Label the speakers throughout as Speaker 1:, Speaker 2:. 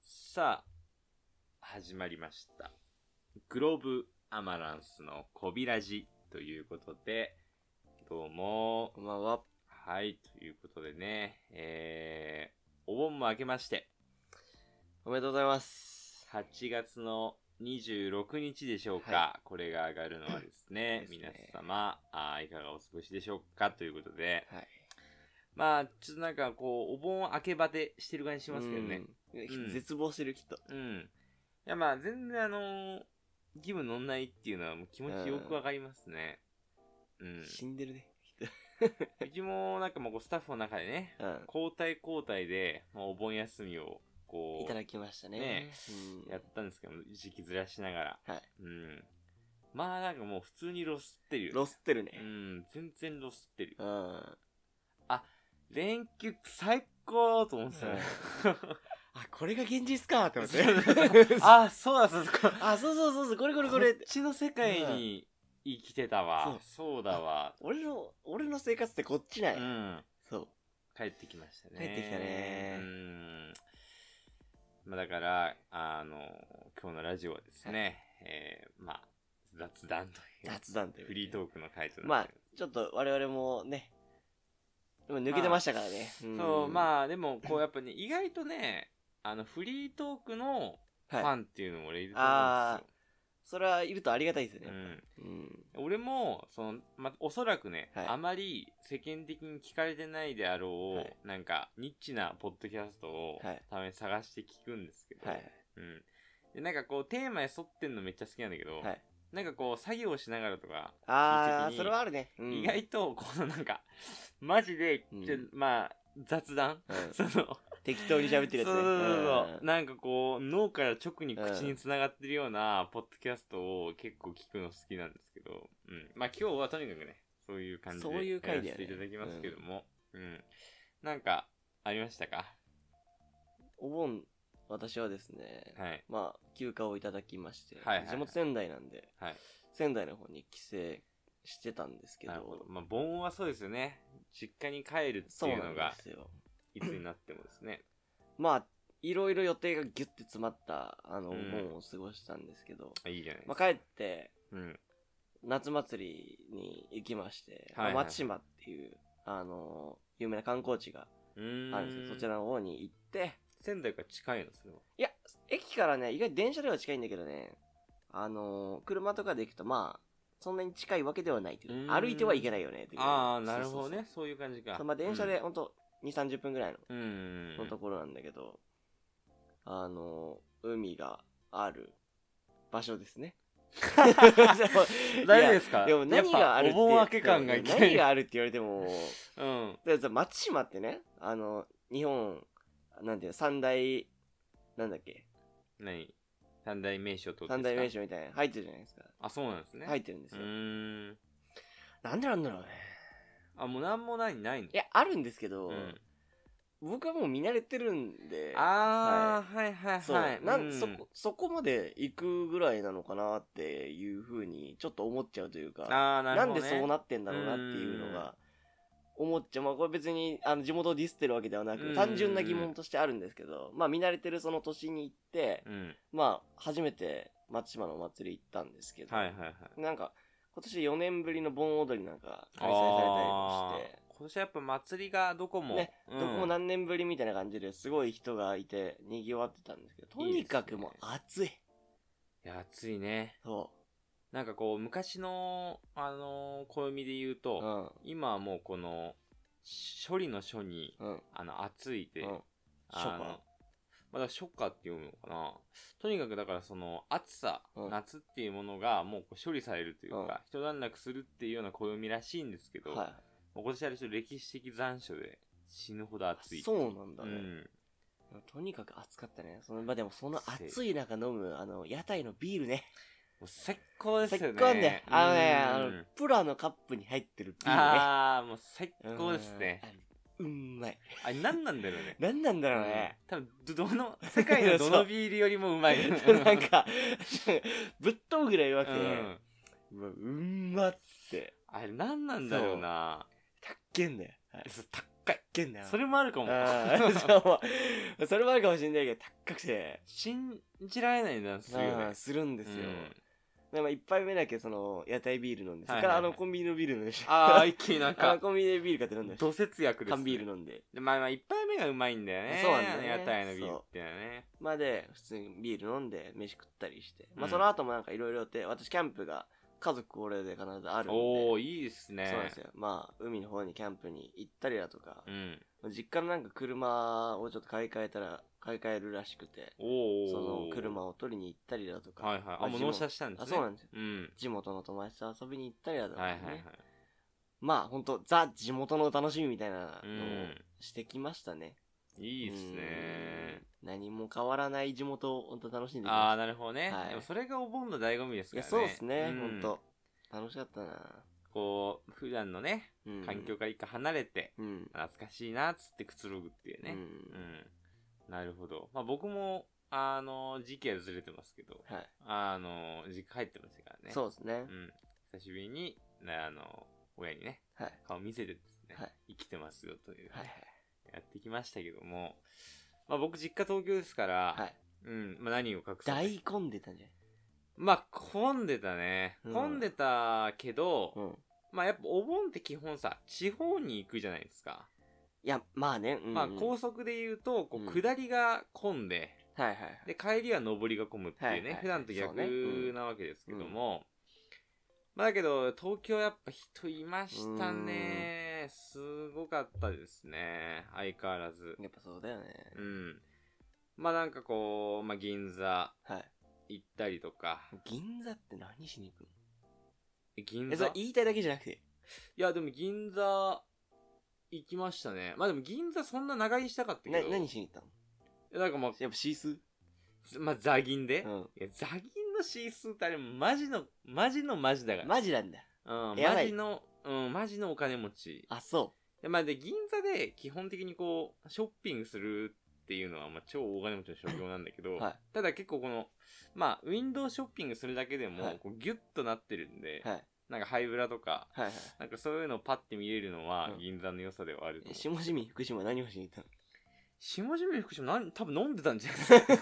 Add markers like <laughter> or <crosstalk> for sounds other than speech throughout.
Speaker 1: さあ、始まりました。グローブアマランスのこびらじということで、どうも
Speaker 2: こ。んばんは。
Speaker 1: はい、ということでね、えー、お盆も明けまして、
Speaker 2: おめでとうございます。
Speaker 1: 8月の26日でしょうか、
Speaker 2: は、
Speaker 1: これが上がるのはですね
Speaker 2: ですね
Speaker 1: 皆様あー、いかがお過ごしでしょうかということで、
Speaker 2: はい。
Speaker 1: まあ、ちょっとなんかこう、お盆明けバテしてる感じしますけどね。
Speaker 2: うん。
Speaker 1: うん
Speaker 2: 絶望してる人。
Speaker 1: うん。いや、まあ、全然あのー気分乗んないっていうのはもう気持ちよくわかりますね。うん。
Speaker 2: 死んでるね。
Speaker 1: うちもなんかもうこうスタッフの中でね、
Speaker 2: うん。
Speaker 1: 交代交代で、まあ、お盆休みを、こ
Speaker 2: いうた、だきましたね。
Speaker 1: ね
Speaker 2: うん。
Speaker 1: やったんですけど、時期ずらしながら。
Speaker 2: はい
Speaker 1: うん。まあ、なんかもう普通にロスってるよね。
Speaker 2: ロスってる
Speaker 1: う
Speaker 2: ね。
Speaker 1: ん、全然ロスってる
Speaker 2: う。ん。あ、
Speaker 1: 連休最高と思ってたね。
Speaker 2: これが現実かって思
Speaker 1: <laughs>
Speaker 2: っ
Speaker 1: そう
Speaker 2: て。あ、
Speaker 1: <laughs> あ、そうだ、そうだ。
Speaker 2: <laughs> あ、そうそうそうそう、これこれこれ
Speaker 1: こ。っちの世界に生きてたわ、
Speaker 2: うん
Speaker 1: そうだわ
Speaker 2: 俺の、俺の生活ってこっちな
Speaker 1: う
Speaker 2: い。
Speaker 1: ん
Speaker 2: そう。
Speaker 1: 帰ってきましたね
Speaker 2: 帰ってきたね
Speaker 1: うんまあだからあの今日のラジオはですね、えーまあ雑談という
Speaker 2: 雑談という。
Speaker 1: フリートークの回と
Speaker 2: ま
Speaker 1: な
Speaker 2: あ
Speaker 1: ってる、
Speaker 2: ちょっと我々もね、でも抜けてましたからね。
Speaker 1: そう
Speaker 2: あ、
Speaker 1: まあでもこうやっぱね意外とねあのフリートークのファ
Speaker 2: はい。
Speaker 1: ンっていうのも俺いると思うんですよ、
Speaker 2: それはいるとありがたいですよね。やっ
Speaker 1: うん
Speaker 2: ぱうん。
Speaker 1: 俺もその、まあ、おそらくね、
Speaker 2: はい
Speaker 1: あまり世間的に聞かれてないであろう、
Speaker 2: はい
Speaker 1: なんかニッチなポッドキャストを
Speaker 2: はい
Speaker 1: たまに探して聞くんですけど、
Speaker 2: はい。
Speaker 1: うん、でなんかこうテーマに沿ってんのめっちゃ好きなんだけど、
Speaker 2: はい。
Speaker 1: なんかこう作業しながらとか、聞い
Speaker 2: あ
Speaker 1: ててい
Speaker 2: ー、
Speaker 1: い
Speaker 2: それはあるね。うん
Speaker 1: 意外とこのなんか <laughs> マジで、
Speaker 2: うん
Speaker 1: ちょまあ雑談、 <laughs>
Speaker 2: うん
Speaker 1: その
Speaker 2: 適当に喋ってるやつね。
Speaker 1: そうそうそうそう
Speaker 2: うん
Speaker 1: なんかこう脳から直に口につながってるようなポッドキャストを結構聞くの好きなんですけど、うん、まあ今日はとにかくねそういう感じ
Speaker 2: そう
Speaker 1: で
Speaker 2: いう
Speaker 1: やら
Speaker 2: 回だ
Speaker 1: せ
Speaker 2: よ
Speaker 1: て
Speaker 2: ね
Speaker 1: いただきますけども、うんなんかありましたか
Speaker 2: お盆、私はですね、
Speaker 1: はい
Speaker 2: まあ、休暇をいただきまして、
Speaker 1: はいはいはい
Speaker 2: 地元仙台なんで、
Speaker 1: はい
Speaker 2: 仙台の方に帰省してたんですけど、
Speaker 1: なるほどまあ盆はそうですよね実家に帰るって
Speaker 2: そう
Speaker 1: いう
Speaker 2: な
Speaker 1: の
Speaker 2: ん
Speaker 1: が
Speaker 2: ですよ。
Speaker 1: いつになってもですね
Speaker 2: まあ、いろいろ予定がギュッて詰まった、あの、
Speaker 1: う
Speaker 2: お
Speaker 1: ん
Speaker 2: 盆を過ごしたんですけど、
Speaker 1: あいいじゃないで
Speaker 2: ます
Speaker 1: か、
Speaker 2: あ、帰って、
Speaker 1: うん
Speaker 2: 夏祭りに行きまして、
Speaker 1: はいはい
Speaker 2: まあ松島っていう、あの、有名な観光地が
Speaker 1: うーん
Speaker 2: あるんですけど、そちらの方に行って、
Speaker 1: 仙台から近いのそれは、
Speaker 2: いや、駅からね、意外と電車では近いんだけどね、あのー車とかで行くと、まあ、そんなに近いわけではないっていうう
Speaker 1: ーん
Speaker 2: か。歩いてはいけないよね、っていう
Speaker 1: ああなるほどねそう
Speaker 2: そう
Speaker 1: いう感じ
Speaker 2: そう
Speaker 1: か
Speaker 2: そうまあ、電車で、ほんと、2、30分ぐらい
Speaker 1: うん、うん
Speaker 2: ののところなんだけど、あのー海がある場所です
Speaker 1: <laughs>
Speaker 2: ね。
Speaker 1: 大丈夫です
Speaker 2: い
Speaker 1: か
Speaker 2: やでも何がある
Speaker 1: やっぱお盆明け感がいきなり
Speaker 2: 何があるって言われて
Speaker 1: う
Speaker 2: も、
Speaker 1: ん
Speaker 2: だからさ松島ってね、あの、日本、なんていうの、三大、なんだっけ、
Speaker 1: 何三大名所ってことですか
Speaker 2: 三大名所みたいな入ってるじゃないですか。
Speaker 1: あそうなんですね
Speaker 2: 入
Speaker 1: い
Speaker 2: ってるんです
Speaker 1: う
Speaker 2: よ。
Speaker 1: ーん
Speaker 2: なんでなんだろうね。
Speaker 1: あもうなんもないないの
Speaker 2: いや、あるんですけど、
Speaker 1: うん
Speaker 2: 僕はもう見慣れてるんで、
Speaker 1: あーはいはい
Speaker 2: そう、
Speaker 1: はい
Speaker 2: な
Speaker 1: うん
Speaker 2: そこ、そこまで行くぐらいなのかなっていうふうに、ちょっと思っちゃうというか、
Speaker 1: あーなる
Speaker 2: な
Speaker 1: ほ
Speaker 2: ん
Speaker 1: ど、ね、
Speaker 2: でそう
Speaker 1: っ
Speaker 2: なってんだろうなっていうのが、思っちゃう。まあ、これ別に、あの、地元をディスってるわけでは
Speaker 1: う
Speaker 2: な
Speaker 1: ん
Speaker 2: く、単純な疑問としてあるんですけど、まあ、見慣れてるその年に行って、
Speaker 1: うん
Speaker 2: まあ、初めて松島のお祭り行ったんですけど、
Speaker 1: はいはいはい
Speaker 2: なんか、今年4年ぶりの盆踊りなんか開催されたりも
Speaker 1: あ
Speaker 2: して
Speaker 1: ー、今年はやっぱ祭りがどこも、
Speaker 2: ね
Speaker 1: うん
Speaker 2: どこも何年ぶりみたいな感じですごい人がいて、賑わってたんですけど、とにかくもう暑い。
Speaker 1: いや暑いね
Speaker 2: そ
Speaker 1: なんかこう昔のあのー暦で言う
Speaker 2: う。
Speaker 1: と、
Speaker 2: うん。
Speaker 1: 今はもうこのし処理の書に
Speaker 2: うん。
Speaker 1: あの暑いて、
Speaker 2: うん。
Speaker 1: あの
Speaker 2: 初夏
Speaker 1: まだ初夏って読むのかなとにかくだからその暑さ、
Speaker 2: うん
Speaker 1: 夏っていうものがもうこう処理されるというか、一段落するっていうような暦らしいんですけど、
Speaker 2: は
Speaker 1: もう今年はちょっと歴史的残暑で死ぬほど暑い
Speaker 2: い。そうなんだ
Speaker 1: う
Speaker 2: ね。
Speaker 1: ん
Speaker 2: とにかく暑かったね。そのまあでもその暑い中飲む、あの、屋台のビールね。
Speaker 1: もう最高ですよ
Speaker 2: 最
Speaker 1: ね
Speaker 2: 高なんだよ。あのね、あ
Speaker 1: うん
Speaker 2: の、プラのカップに入ってるビールね。
Speaker 1: あーもう最高ですね
Speaker 2: うん。うんまい。
Speaker 1: あれ何なんだろうね
Speaker 2: 何なんだろうね。
Speaker 1: 多分どどの世界のどのビールよりもうまい
Speaker 2: <laughs> なんか、ぶっ飛ぶぐらいう弱くて、
Speaker 1: ん、
Speaker 2: うわ、うんまって。
Speaker 1: あれ何なんだろうな
Speaker 2: たっけんだよ。はい
Speaker 1: そう高
Speaker 2: 高いっけんだよ。
Speaker 1: それもあるか
Speaker 2: う
Speaker 1: も。
Speaker 2: んそう <laughs> それもあるかもしれないけど、高くて。
Speaker 1: <laughs> 信じられない値段するよ
Speaker 2: う
Speaker 1: ね
Speaker 2: ん。するんです
Speaker 1: う
Speaker 2: よ。
Speaker 1: ん
Speaker 2: でも一杯目だけその屋台ビール飲んで、そ
Speaker 1: はい
Speaker 2: れ
Speaker 1: はい
Speaker 2: からあのコンビニのビール飲んで、
Speaker 1: ああ、一気になん
Speaker 2: あ
Speaker 1: か
Speaker 2: の、コンビニでビール買って飲んだし、
Speaker 1: 土節約です、ね。
Speaker 2: 缶ビール飲んで。
Speaker 1: でまあまあ、一杯目がうまいんだよね。
Speaker 2: そうなんだよね
Speaker 1: 屋台のビールってのはね。
Speaker 2: まあで、普通にビール飲んで、飯食ったりして。ま
Speaker 1: う
Speaker 2: あ
Speaker 1: ん
Speaker 2: その後もなんかいろいろって、私キャンプが家族俺で必ずあるので。
Speaker 1: おー、いいですね。
Speaker 2: そうなんですよ。まあ、海の方にキャンプに行ったりだとか、
Speaker 1: うん。
Speaker 2: 実家のなんか車をちょっと買い替えたら、買い替えるらしくて、
Speaker 1: おー。
Speaker 2: その車を取りに行ったりだとか、
Speaker 1: はいはい。
Speaker 2: ま
Speaker 1: あ、
Speaker 2: あ
Speaker 1: もう納車したんですね。
Speaker 2: あそうなんですよ
Speaker 1: うん。
Speaker 2: 地元の友達と遊びに行ったりだとか、
Speaker 1: はい
Speaker 2: ね
Speaker 1: はいはい。
Speaker 2: まあ、ほんと、ザ・地元のお楽しみみたいな
Speaker 1: う
Speaker 2: のを
Speaker 1: ん。
Speaker 2: してきましたね。
Speaker 1: いいですね。
Speaker 2: うん。何も変わらない地元をほんと楽しんでき
Speaker 1: ああ、
Speaker 2: ま
Speaker 1: なるほどね。
Speaker 2: はい
Speaker 1: でもそれがお盆の醍醐味です
Speaker 2: した。い
Speaker 1: からね。
Speaker 2: や、そうですね、
Speaker 1: うん
Speaker 2: ほんと。楽しかったな。
Speaker 1: こう、普段のね、
Speaker 2: うん
Speaker 1: 環境から一回離れて、
Speaker 2: うん。
Speaker 1: 懐かしいなっつってくつろぐっていう
Speaker 2: う。
Speaker 1: ね。うんん。なるほど。まあ僕も、あの、時期はずれてますけど、
Speaker 2: はい。
Speaker 1: あの、実家帰ってましたからね。
Speaker 2: そうですね
Speaker 1: う。ん。久しぶりに、ねあの、親にね、
Speaker 2: はい。
Speaker 1: 顔見せてですね、
Speaker 2: はい
Speaker 1: 生きてますよという、
Speaker 2: はい
Speaker 1: やってきましたけども、まあ僕実家東京ですから、
Speaker 2: はい。はい。
Speaker 1: うん、まあ何を隠す
Speaker 2: 大混んでたんじゃない
Speaker 1: まあ混んでたね。
Speaker 2: うん
Speaker 1: 混んでたけど、
Speaker 2: うん。
Speaker 1: まあやっぱお盆って基本さ、地方に行くじゃないですか。
Speaker 2: いや、まあね。うんうん
Speaker 1: まあ高速で言うと、こ
Speaker 2: うん
Speaker 1: う下りが混んで、
Speaker 2: はいはいはい。
Speaker 1: で帰りは上りが混むっていうね、
Speaker 2: はいはいはい
Speaker 1: 普段と
Speaker 2: そうねう
Speaker 1: 逆
Speaker 2: ん
Speaker 1: なわけですけども、まあ、だけど東京やっぱ人いましたねすごかったですね相変わらず
Speaker 2: やっぱそうだよね。
Speaker 1: うんまあなんかこう、まあ、銀座
Speaker 2: はい。
Speaker 1: 行ったりとか
Speaker 2: 銀座って何しに行く
Speaker 1: 銀
Speaker 2: のえ、
Speaker 1: 座
Speaker 2: そ
Speaker 1: い
Speaker 2: れ言いたいだけじゃなくて。
Speaker 1: やでも銀座行きましたねまあでも銀座そんな長居したかったけど
Speaker 2: な、何しに行ったの
Speaker 1: なんかまあ、
Speaker 2: やっぱシースー
Speaker 1: まあ、座銀で、
Speaker 2: うん。
Speaker 1: いや座銀のシースーってあれマジのマジのマジだから
Speaker 2: マジなんだ。
Speaker 1: うん、
Speaker 2: や
Speaker 1: マ
Speaker 2: ばい
Speaker 1: ジの、うん、マジのお金持ち。
Speaker 2: あ、そ
Speaker 1: で、まあ、で、銀座で基本的にこう、ショッピングするっていうのは、まあ、超大金持ちの職業なんだけど、
Speaker 2: う。は
Speaker 1: ただ結構この、まあ、ウィンドウショッピングするだけでも、
Speaker 2: はい
Speaker 1: こうギュッとなってるんで、
Speaker 2: い。はい。
Speaker 1: なんかハイブラとか、
Speaker 2: はいはい。
Speaker 1: なんかそういうのをパッて見れるのは
Speaker 2: う、ん
Speaker 1: 銀座の良さではあると
Speaker 2: え
Speaker 1: 思う。
Speaker 2: 下地味、福島何をしに行ったの
Speaker 1: 下地味福島、なん多分飲んでたんじゃない
Speaker 2: <laughs>
Speaker 1: で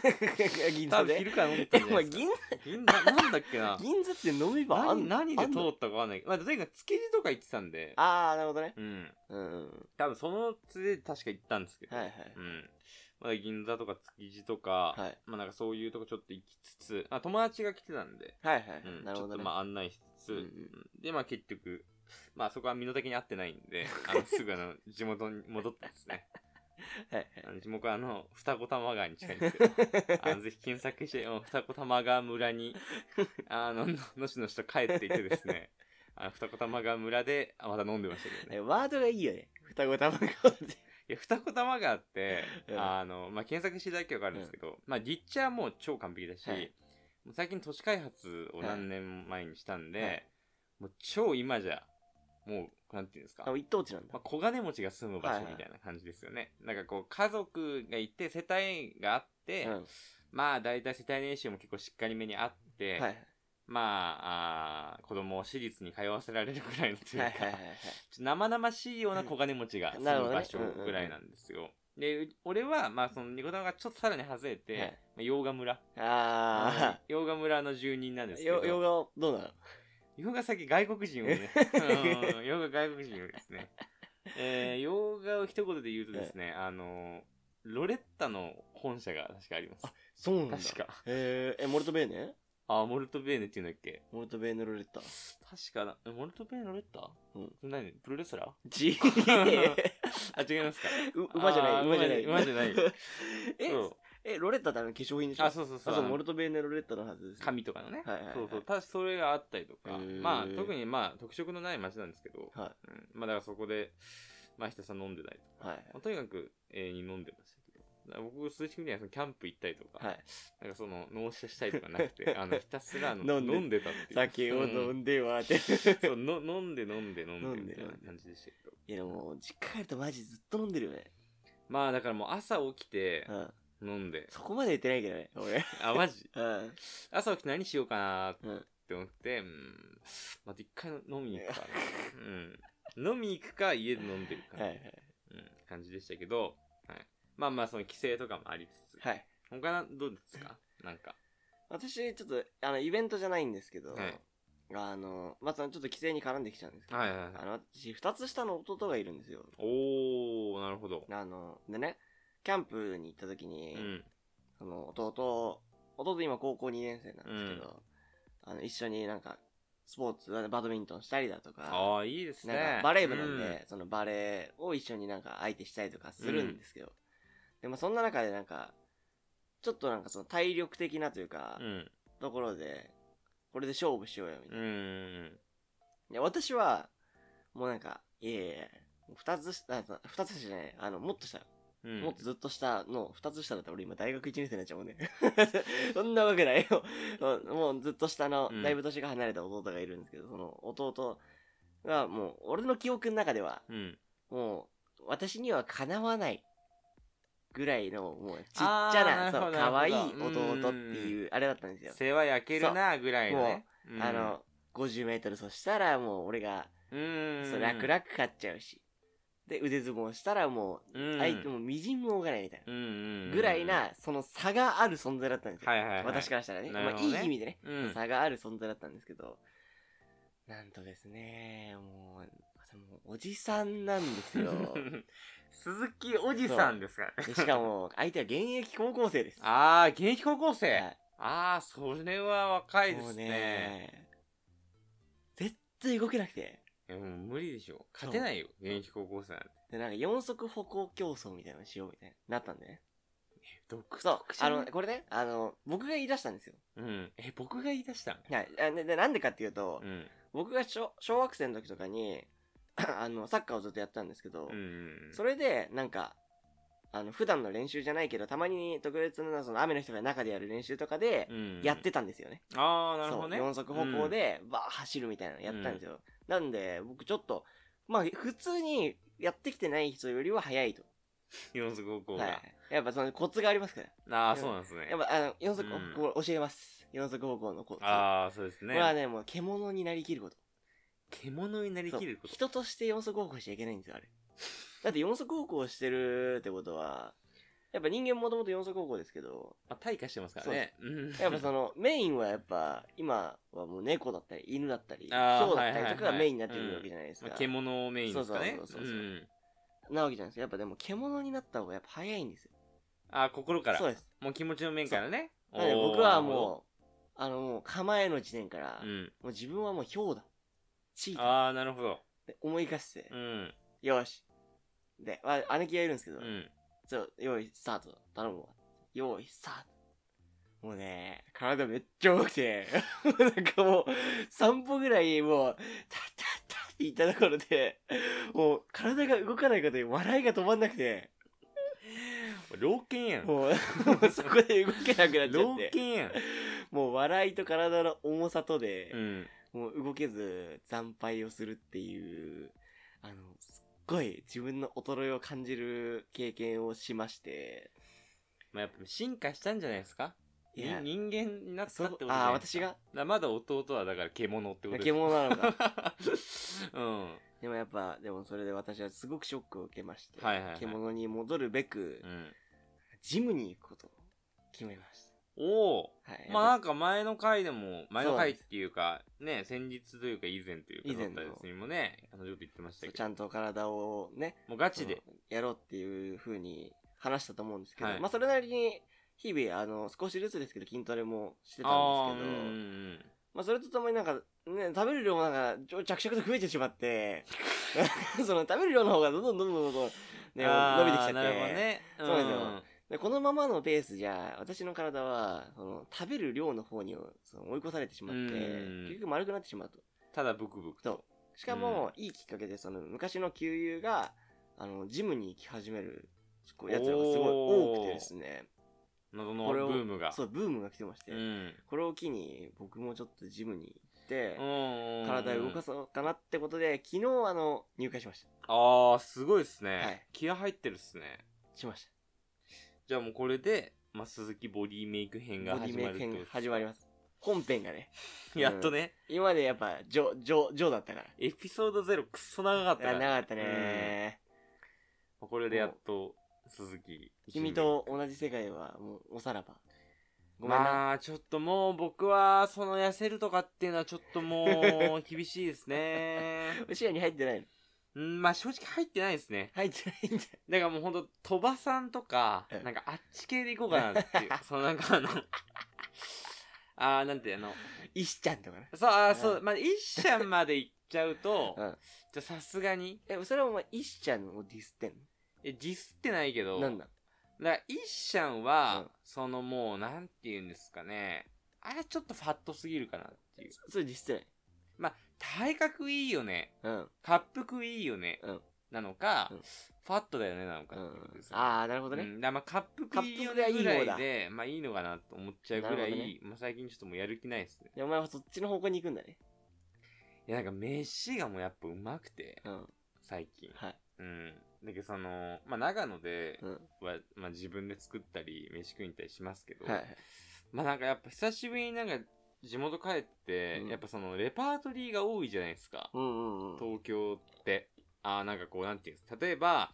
Speaker 1: すか <laughs>
Speaker 2: 銀
Speaker 1: 多
Speaker 2: 座
Speaker 1: 分
Speaker 2: で
Speaker 1: 昼から飲んでた
Speaker 2: え、
Speaker 1: んじゃ
Speaker 2: ま
Speaker 1: な
Speaker 2: あ、
Speaker 1: いですか。
Speaker 2: 銀、。
Speaker 1: 銀座、なんだっけな
Speaker 2: <laughs> 銀座って飲み場あ
Speaker 1: 何
Speaker 2: ん
Speaker 1: 何
Speaker 2: あ
Speaker 1: で
Speaker 2: ん
Speaker 1: 通
Speaker 2: の
Speaker 1: ったかわかんないけど、まあ、とにかく築地とか行ってたんで、
Speaker 2: あー、なるほどね。
Speaker 1: うん。
Speaker 2: うんうん。
Speaker 1: 多分そのつで確か行ったんですけど、
Speaker 2: はいはい
Speaker 1: うん。まあ、銀座とか築地とか、
Speaker 2: はい。
Speaker 1: まあなんかそういうとこちょっと行きつつ、まあ、友達が来てたんで、
Speaker 2: はいはい。
Speaker 1: うん、
Speaker 2: なる
Speaker 1: ち
Speaker 2: ほ
Speaker 1: ょ
Speaker 2: ど
Speaker 1: っと
Speaker 2: ね
Speaker 1: ま。あ案内しつつ、
Speaker 2: うんうん
Speaker 1: うんでまあ結局、まあそこは身の丈に合ってないんで、あのすぐあの地元に戻ったんですね。
Speaker 2: はいはい
Speaker 1: あの僕はあ <laughs> の二子玉川に近いんです <laughs> けど、あのぜひ検索して、うん二子玉川村 <laughs> に、あの、ののしのしと帰っていてですね、あの二子玉川村で、あまた飲んでましたけどね。
Speaker 2: えワードがいいよね。双子玉川で。
Speaker 1: いや、二子玉川って、
Speaker 2: うん
Speaker 1: あの、まあ、検索していただけわかるんですけど、まあ、立地はもう超完璧だし、
Speaker 2: はい
Speaker 1: もう最近都市開発を何年前にしたんで、
Speaker 2: はい
Speaker 1: もう超今じゃ、もう、なんていうんですか
Speaker 2: あ、、一等地なん
Speaker 1: まあ
Speaker 2: だ。、
Speaker 1: 小金持ちが住む場所みたいな感じですよね。なんかこう、家族がいて、世帯があって、
Speaker 2: うん。は
Speaker 1: まあ、大体世帯年収も結構しっかりめにあって、
Speaker 2: いはい。
Speaker 1: まああー、子供を私立に通わせられるくらいのというか、
Speaker 2: はいはいはい
Speaker 1: ちょっと生々しいような小金持ちが住
Speaker 2: なるほ
Speaker 1: む
Speaker 2: どね
Speaker 1: 場所ぐらいなんですよ。で、う俺は、まあ、その、ニコ玉がちょっとさらに外れて、
Speaker 2: はい
Speaker 1: まあ、洋画村。
Speaker 2: はい。あ
Speaker 1: 洋画村の住人なんです
Speaker 2: ー。
Speaker 1: けど
Speaker 2: よ、、洋画どうなの
Speaker 1: 洋画先外国人を
Speaker 2: <laughs>
Speaker 1: ね、うん洋画外国人をですね。えー、洋画を一言で言うとですね、あの、ロレッタの本社が確かあります。
Speaker 2: そうなんだ。
Speaker 1: 確か。
Speaker 2: えー、え、モルトベーネ
Speaker 1: あ、モルトベーネっていうんだっけ
Speaker 2: モルトベーネロレッタ。
Speaker 1: 確かな、えモルトベーネロレッタ
Speaker 2: うん
Speaker 1: 何プロレスラー <laughs>
Speaker 2: ち
Speaker 1: あ、違いますか。
Speaker 2: <laughs> う馬じゃな
Speaker 1: あー
Speaker 2: い、馬じゃない。
Speaker 1: 馬じゃない
Speaker 2: <laughs> え
Speaker 1: そう、
Speaker 2: え、ロレッタってあの化粧品でしょ
Speaker 1: あ、そうそうそう。あ
Speaker 2: あそう
Speaker 1: の
Speaker 2: モルトベーネロレッタのはずです。
Speaker 1: 紙とかのね。
Speaker 2: はいはいはい
Speaker 1: そうそう。ただそれがあったりとか
Speaker 2: へ。ー
Speaker 1: まあ、特にまあ、特色のない街なんですけど。
Speaker 2: は
Speaker 1: うんまあ、だからそこで、まあ、ひたすら飲んでたりと
Speaker 2: い。はい。
Speaker 1: か。とにかく、永遠に飲んでましたけど。だから僕、数式みたいなそのキャンプ行ったりとか、
Speaker 2: はい。
Speaker 1: なんかその、納車したりとかなく
Speaker 2: <laughs>
Speaker 1: て、あの、ひたすらあの
Speaker 2: 飲んで
Speaker 1: 飲んでたっていう。
Speaker 2: 酒を飲
Speaker 1: で。
Speaker 2: んではって。い
Speaker 1: そうの飲んで飲んで飲ん
Speaker 2: 飲
Speaker 1: で
Speaker 2: ん
Speaker 1: み
Speaker 2: で
Speaker 1: たいな
Speaker 2: 飲んで
Speaker 1: 感じでしたけど。
Speaker 2: や、でも、実家帰るとマジずっと飲んでるよね。
Speaker 1: まあ、だからもう朝起きて
Speaker 2: う、ん。
Speaker 1: 飲んで。
Speaker 2: そこまで言ってないけどね、俺。
Speaker 1: あ、マジ <laughs>
Speaker 2: うん。
Speaker 1: 朝起きて何しようかな
Speaker 2: うん
Speaker 1: って思って、うん、
Speaker 2: <laughs>
Speaker 1: まず一回飲みに行くかな。うん。飲み行くか、家で飲んでるか。
Speaker 2: はいはい。
Speaker 1: うん、感じでしたけど、はい、まあまあその規制とかもありつつ、
Speaker 2: はい。
Speaker 1: 他などうですかなんか
Speaker 2: 私、ちょっと、あの、イベントじゃないんですけど、
Speaker 1: はい
Speaker 2: あの、まあ、そのちょっと規制に絡んできちゃうんですけど、
Speaker 1: はいはいはい
Speaker 2: あの、私、二つ下の弟がいるんですよ。
Speaker 1: おおなるほど
Speaker 2: あの、でね、キャンプに行った時
Speaker 1: う
Speaker 2: に、
Speaker 1: ん
Speaker 2: その弟、弟今高校2年生なんですけど、あの、一緒になんか、スポーツ、バドミントンしたりだとか、
Speaker 1: ああいいです
Speaker 2: なん
Speaker 1: ね
Speaker 2: かバレー部なんで、そのバレーを一緒になんか相手したりとかするんですけど、でもそんな中でなんか、ちょっとなんかその体力的なというか、
Speaker 1: うん
Speaker 2: ところで、これで勝負しようよ、みた
Speaker 1: う
Speaker 2: いな。
Speaker 1: ん
Speaker 2: いや、私は、もうなんか、いやいやいや、二つ下、あ二つ下じゃない、あの、もっと下、
Speaker 1: うん
Speaker 2: もっとずっと下の、二つ下だったら俺今大学1年生になっちゃうもんね。 <laughs> そんなわけないよ。 <laughs> もうずっと下の
Speaker 1: うん、
Speaker 2: だいぶ年が離れた弟がいるんですけど、その弟がもう、俺の記憶の中では、
Speaker 1: うん
Speaker 2: もう、私にはかなわないぐらいの、もう、ちっち
Speaker 1: あー
Speaker 2: ゃ
Speaker 1: な
Speaker 2: な、
Speaker 1: る
Speaker 2: そ
Speaker 1: ほ
Speaker 2: う、
Speaker 1: ど
Speaker 2: 可愛い
Speaker 1: なるほど
Speaker 2: 弟っていう、あれだったんですよ。
Speaker 1: 世話焼けるなぐらいのねうん
Speaker 2: あの、50メートルそしたらもう俺が、
Speaker 1: うん
Speaker 2: そう楽々勝っちゃうし。で、腕相撲したらもう、
Speaker 1: うん
Speaker 2: 相手もみじんも動かないみたいな。
Speaker 1: うんうんうん
Speaker 2: ぐらいな、その差がある存在だったんですよ。
Speaker 1: はいはいはい
Speaker 2: 私からしたらね。
Speaker 1: なる
Speaker 2: ま
Speaker 1: ほ
Speaker 2: あ、
Speaker 1: ど
Speaker 2: い
Speaker 1: ね
Speaker 2: い意味でね、
Speaker 1: うん
Speaker 2: 差がある存在だったんですけど、なんとですね、もう、もうおじさんなんですよ。 <laughs>
Speaker 1: <laughs> 鈴木おじさんですからね
Speaker 2: でしかも、相手は現役高校生です。
Speaker 1: ああ現役高校生、
Speaker 2: はい
Speaker 1: ああそれは若いで
Speaker 2: もう
Speaker 1: すね
Speaker 2: ね、絶対動けなくて。
Speaker 1: いやもう無理でしょ勝てないよ現役高校生なんて
Speaker 2: で、なんか四足歩行競争みたいなのしようみたいになったんでね。
Speaker 1: 独特
Speaker 2: そう、あの、
Speaker 1: ね
Speaker 2: これね、あの、僕が言い出したんですよ。
Speaker 1: うんえ僕が言い出したの
Speaker 2: はい。あででなんでかっていうと、
Speaker 1: うん
Speaker 2: 僕が小小学生の時とかに、 <coughs> あの、サッカーをずっとやってたんですけど、
Speaker 1: うん
Speaker 2: それで、なんか、あの、普段の練習じゃないけど、たまに特別な、その雨の人が中でやる練習とかで、
Speaker 1: うん
Speaker 2: やってたんですよね。
Speaker 1: ああなるほどね
Speaker 2: そう、4足歩行で、バーッ走るみたいなのやったんですよ。なんで、僕ちょっと、まあ、普通にやってきてない人よりは早いと。
Speaker 1: 四足歩行が、
Speaker 2: はい。やっぱそのコツがありますから。
Speaker 1: ああそうなんですね
Speaker 2: やっぱ、あの、四足
Speaker 1: うん
Speaker 2: 歩行教えます。四足歩行のコツ。
Speaker 1: ああそうです
Speaker 2: これは
Speaker 1: ね
Speaker 2: ね、もう獣になりきること。
Speaker 1: 獣になりきること
Speaker 2: そう人として四足歩行しちゃいけないんですよ、あれ。 <laughs> だって四足歩行してるってことは、やっぱ人間もともと四足歩行ですけど、
Speaker 1: まあ、退化してますからねうん
Speaker 2: やっぱ
Speaker 1: <laughs>
Speaker 2: そのメインはやっぱ今はもう猫だったり犬だったり、
Speaker 1: あー
Speaker 2: 豹だった
Speaker 1: はいはいは
Speaker 2: り
Speaker 1: い
Speaker 2: とかがメインになってくるわけじゃないで
Speaker 1: <laughs>
Speaker 2: す
Speaker 1: ま
Speaker 2: か
Speaker 1: あ、。獣をメインですかね
Speaker 2: そうそうそうそうそうんなわけじゃないですか。やっぱでも獣になった方がやっぱ早いんですよ。
Speaker 1: ああ心から
Speaker 2: そうです。
Speaker 1: もう気持ちの面からね
Speaker 2: なので僕はもう、あのもう構えの時点から、
Speaker 1: うう
Speaker 2: も
Speaker 1: ん
Speaker 2: う自分はもうヒョウだ。チーター
Speaker 1: ああなるほど
Speaker 2: って思い返して、
Speaker 1: うん
Speaker 2: よし。で、まあ、姉貴がいるんですけど、
Speaker 1: うん
Speaker 2: ちょ、用意スタート。頼むわ。用意スタート。もうね、体めっちゃ重くて、 <laughs> なんかもう、散歩ぐらい、もう、タッタッタッって言ったところで、もう、体が動かないことで笑いが止まんなくて、
Speaker 1: 老犬やん
Speaker 2: もう、も
Speaker 1: <laughs>
Speaker 2: うそこで動けなくなっちゃっ
Speaker 1: 老
Speaker 2: て、
Speaker 1: 犬やん
Speaker 2: もう笑いと体の重さとで、
Speaker 1: うん
Speaker 2: もう動けず、惨敗をするっていう、あの、すっごい自分の衰えを感じる経験をしまして、
Speaker 1: まあやっぱ進化したんじゃないですか
Speaker 2: いや
Speaker 1: 人人間になった
Speaker 2: そ
Speaker 1: ってこと
Speaker 2: う
Speaker 1: じゃないですか
Speaker 2: ああー、私が
Speaker 1: だからまだ弟はだから獣ってことです
Speaker 2: 獣なのか。
Speaker 1: <laughs> うん
Speaker 2: でもやっぱ、でもそれで私はすごくショックを受けまして、
Speaker 1: はいはいはい
Speaker 2: 獣に戻るべく、
Speaker 1: うん
Speaker 2: ジムに行くことを決めまし
Speaker 1: おお
Speaker 2: た。はい。
Speaker 1: まあな
Speaker 2: やっ
Speaker 1: んか前の回でも前の回っていうかね先日というか以前というか
Speaker 2: 以前
Speaker 1: だった
Speaker 2: の
Speaker 1: やつにもねあのちょっと言ってまし
Speaker 2: ぱ
Speaker 1: た
Speaker 2: そう
Speaker 1: け
Speaker 2: ちゃ
Speaker 1: ど
Speaker 2: んと体をね、
Speaker 1: もうガチで
Speaker 2: そのやろうっていう風に話したと思うんですけど、
Speaker 1: はい
Speaker 2: まあそれなりに、日々、あの、少しずつですけど、筋トレもしてた
Speaker 1: あ
Speaker 2: んですけ
Speaker 1: ー
Speaker 2: ど、
Speaker 1: うんうん
Speaker 2: まあ、それとともになんか、ね、食べる量もなんか、ちょ着々と増えてし
Speaker 1: <laughs>
Speaker 2: まって、その食べる量の方がどんどんどんどんどんどん、
Speaker 1: うん
Speaker 2: ね、
Speaker 1: あー
Speaker 2: 伸びてきちゃって、
Speaker 1: なるほどね
Speaker 2: そうなんですよでこのままのペースじゃ、私の体は、その食べる量の方にその追い越されてしまって、
Speaker 1: うん
Speaker 2: 結局丸くなってしまうと。
Speaker 1: ただブクブクと
Speaker 2: しかも、いいきっかけで、その昔の旧友が、あの、ジムに行き始める、こうやつらがすごい多くてですね、
Speaker 1: 謎の
Speaker 2: これを
Speaker 1: ブームが
Speaker 2: そう、ブームが来てまして、
Speaker 1: うん
Speaker 2: これを機に、僕もちょっとジムに行って、
Speaker 1: うんうん
Speaker 2: 体を動かそうかなってことで、昨日、あの、入会しました。
Speaker 1: ああすごいです
Speaker 2: は
Speaker 1: ね
Speaker 2: い
Speaker 1: 気合入ってるっすね
Speaker 2: しました。
Speaker 1: じゃあもうこれでまあ鈴木ボディメイク編が
Speaker 2: ボデ
Speaker 1: 始
Speaker 2: ィメ
Speaker 1: ま
Speaker 2: イ
Speaker 1: る
Speaker 2: ク
Speaker 1: ってこ
Speaker 2: 編
Speaker 1: と
Speaker 2: が始まります。本編がね、
Speaker 1: <laughs> やっとね
Speaker 2: 今までやっぱ、ジョ、ジョ、ジョだったから。
Speaker 1: エピソードゼロクソ長かった
Speaker 2: あ
Speaker 1: から
Speaker 2: 長かったね
Speaker 1: まあこれでやっと、鈴木。
Speaker 2: 君と同じ世界はもうおさらば。ごめんな。
Speaker 1: まあ、ちょっともう僕は、その痩せるとかっていうのはちょっともう、 <laughs> 厳しいですね。
Speaker 2: 視野に入ってないの
Speaker 1: うん、まあ正直入ってないですね。
Speaker 2: 入ってないんだ。
Speaker 1: だからもうほんと、鳥羽さんとか
Speaker 2: う、ん
Speaker 1: なんかあっち系でいこうかなって
Speaker 2: <laughs>
Speaker 1: いう。そのなんかあの、あー、なんていうの。
Speaker 2: 石ちゃんとかな。
Speaker 1: そう、あーそうう、まあ一社まで行っちゃうと
Speaker 2: うん、
Speaker 1: じゃさすがに、
Speaker 2: え、それはお前、石ちゃんをディスってん
Speaker 1: えディスってないけど、
Speaker 2: のなんなの
Speaker 1: だから、イッシャン
Speaker 2: う
Speaker 1: は、
Speaker 2: ん
Speaker 1: そのもう、なんて言うんですかね。あれちょっとファットすぎるかなっていう。
Speaker 2: それディスってない。
Speaker 1: 体格いいよね。
Speaker 2: うん。
Speaker 1: 滑腹いいよね。
Speaker 2: うん
Speaker 1: なのか、
Speaker 2: うん
Speaker 1: ファットだよね、なのか
Speaker 2: う
Speaker 1: っていうこと
Speaker 2: ん
Speaker 1: です、よね。
Speaker 2: ああ、なるほどね。
Speaker 1: うん、だからまあ、滑腹いいよね
Speaker 2: 滑
Speaker 1: ぐ
Speaker 2: 腹が
Speaker 1: ら
Speaker 2: いい方
Speaker 1: い
Speaker 2: だ
Speaker 1: で、まあいいのかなと思っちゃうぐら
Speaker 2: なる
Speaker 1: い、
Speaker 2: ほどね
Speaker 1: まあ最近ちょっともうやる気ないですね。
Speaker 2: でお前はそっちの方向に行くんだね。
Speaker 1: いや、なんか飯がもうやっぱうまくて、
Speaker 2: うん。
Speaker 1: 最近。
Speaker 2: はい。
Speaker 1: うん。だけどその、まあ長野で
Speaker 2: うん。
Speaker 1: は、まあ自分で作ったり、飯食いに行ったりしますけど、
Speaker 2: はいはい。
Speaker 1: まあなんかやっぱ久しぶりになんか地元帰って、
Speaker 2: うん
Speaker 1: やっぱそのレパートリーが多いじゃないですか。
Speaker 2: うんうんうん。
Speaker 1: 東京って。ああ、なんかこうなんていうんですか。例えば、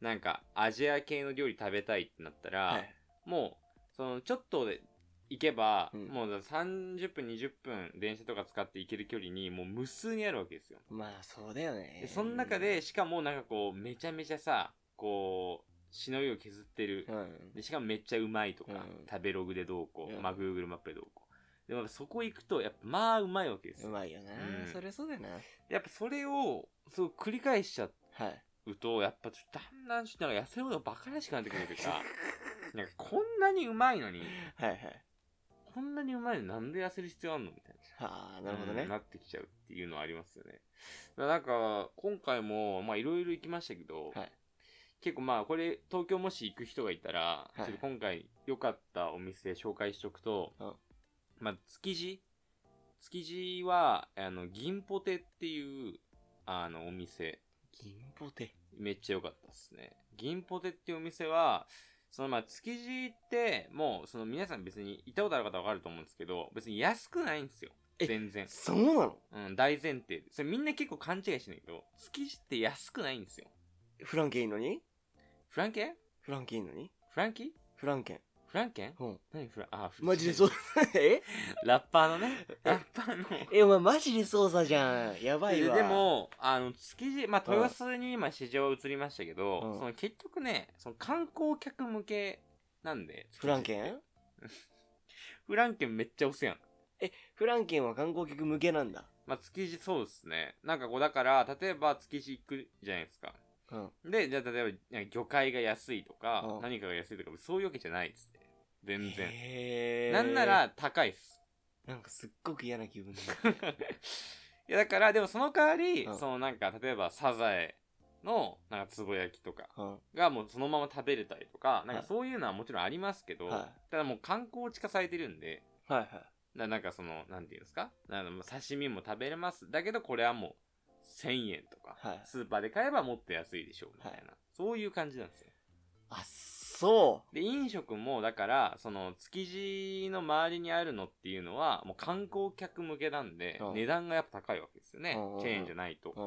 Speaker 1: なんかアジア系の料理食べたいってなったら、
Speaker 2: はい。
Speaker 1: もう、そのちょっとで行けば、
Speaker 2: うん
Speaker 1: もう30分、20分電車とか使って行ける距離にもう無数にあるわけですよ。
Speaker 2: まあ、そうだよね
Speaker 1: で。その中で、、しかもなんかこう、めちゃめちゃさ、こう、しのぎを削ってる
Speaker 2: うん。
Speaker 1: でしかもめっちゃうまいとか、
Speaker 2: うん
Speaker 1: 食べログでどうこう、
Speaker 2: うん
Speaker 1: まあ Google マップでどうこうでもやっぱそこ行くとやっぱまあうまいわけです
Speaker 2: う
Speaker 1: よ、
Speaker 2: まいよな
Speaker 1: う。ん
Speaker 2: そりゃそうだよな。
Speaker 1: やっぱそれをすごい繰り返しちゃ
Speaker 2: はい。
Speaker 1: うとやっぱちょっとだんだんちょっとなんか痩せるのバカらしくなってくるという
Speaker 2: <laughs>
Speaker 1: かなんかこんなにうまいのに
Speaker 2: はいはい。
Speaker 1: こんなにうまいのになんで痩せる必要あんのみたい
Speaker 2: ああ、
Speaker 1: な
Speaker 2: なるほど
Speaker 1: う
Speaker 2: ね
Speaker 1: ん。なってきちゃうっていうのはありますよねだからなんか今回もまあいろいろ行きましたけど、
Speaker 2: はい
Speaker 1: 結構まあこれ東京もし行く人がいたら、
Speaker 2: は
Speaker 1: ち
Speaker 2: い
Speaker 1: ょっと今回良かったお店紹介しとくと、
Speaker 2: うん
Speaker 1: まあ築地築地はあの銀ポテっていうあのお店
Speaker 2: 銀ポテ。
Speaker 1: めっちゃ良かったですね銀ポテっていうお店はそのまあ築地ってもうその皆さん別に行ったことある方はわかると思うんですけど別に安くないんですよ
Speaker 2: え
Speaker 1: 全然、
Speaker 2: そうなの
Speaker 1: うん、大前提でそれみんな結構勘違いしてんだけど築地って安くないんですよ
Speaker 2: フランケンいいのに
Speaker 1: フランケン
Speaker 2: フランケンいいのに
Speaker 1: フランキー
Speaker 2: フランケン。
Speaker 1: フランケン
Speaker 2: うん。
Speaker 1: 何フランあフラン
Speaker 2: マジでそう。 <laughs> え
Speaker 1: ラッパーのねラッパー
Speaker 2: <laughs>
Speaker 1: の
Speaker 2: え、お前マジでそうさじゃん。やばい
Speaker 1: で
Speaker 2: わ。
Speaker 1: で、もあの築地まあ
Speaker 2: うん
Speaker 1: 豊洲に今市場移りましたけど、
Speaker 2: うん
Speaker 1: その結局ねその観光客向けなんで
Speaker 2: フランケ
Speaker 1: ン
Speaker 2: ン
Speaker 1: フランケンめっちゃ押すやん、
Speaker 2: フランケンは観光客向けなんだ。
Speaker 1: まあ、築地そうですねなんかこうだから例えば築地行くじゃないですか
Speaker 2: うん。
Speaker 1: でじゃあ例えば魚介が安いとか、
Speaker 2: うん
Speaker 1: 何かが安いとかそういうわけじゃないっすね全然
Speaker 2: 然
Speaker 1: なんな、ら高いっす <laughs>
Speaker 2: なんかすっごく嫌な気分だ。
Speaker 1: いやだからでもその代わり、
Speaker 2: うん
Speaker 1: そのなんか例えばサザエのなんかつぼ焼きとか
Speaker 2: うん。
Speaker 1: がもうそのまま食べれたりとか、なん
Speaker 2: は
Speaker 1: か
Speaker 2: い
Speaker 1: そういうのはもちろんありますけど、
Speaker 2: は
Speaker 1: ただもう観光地化されてるんで、
Speaker 2: いは
Speaker 1: ななんかその、なんていうんですかあの刺身も食べれます。だけどこれはもう1000円とか、
Speaker 2: はい
Speaker 1: スーパーで買えばもっと安いでしょうみたいな、そういう感じなんですよ。
Speaker 2: あ、そ
Speaker 1: で、飲食もだから、その築地の周りにあるのっていうのは、もう観光客向けなんで、
Speaker 2: うん
Speaker 1: 値段がやっぱ高いわけですよね。
Speaker 2: うんうんうん
Speaker 1: チェーンじゃないと。
Speaker 2: う。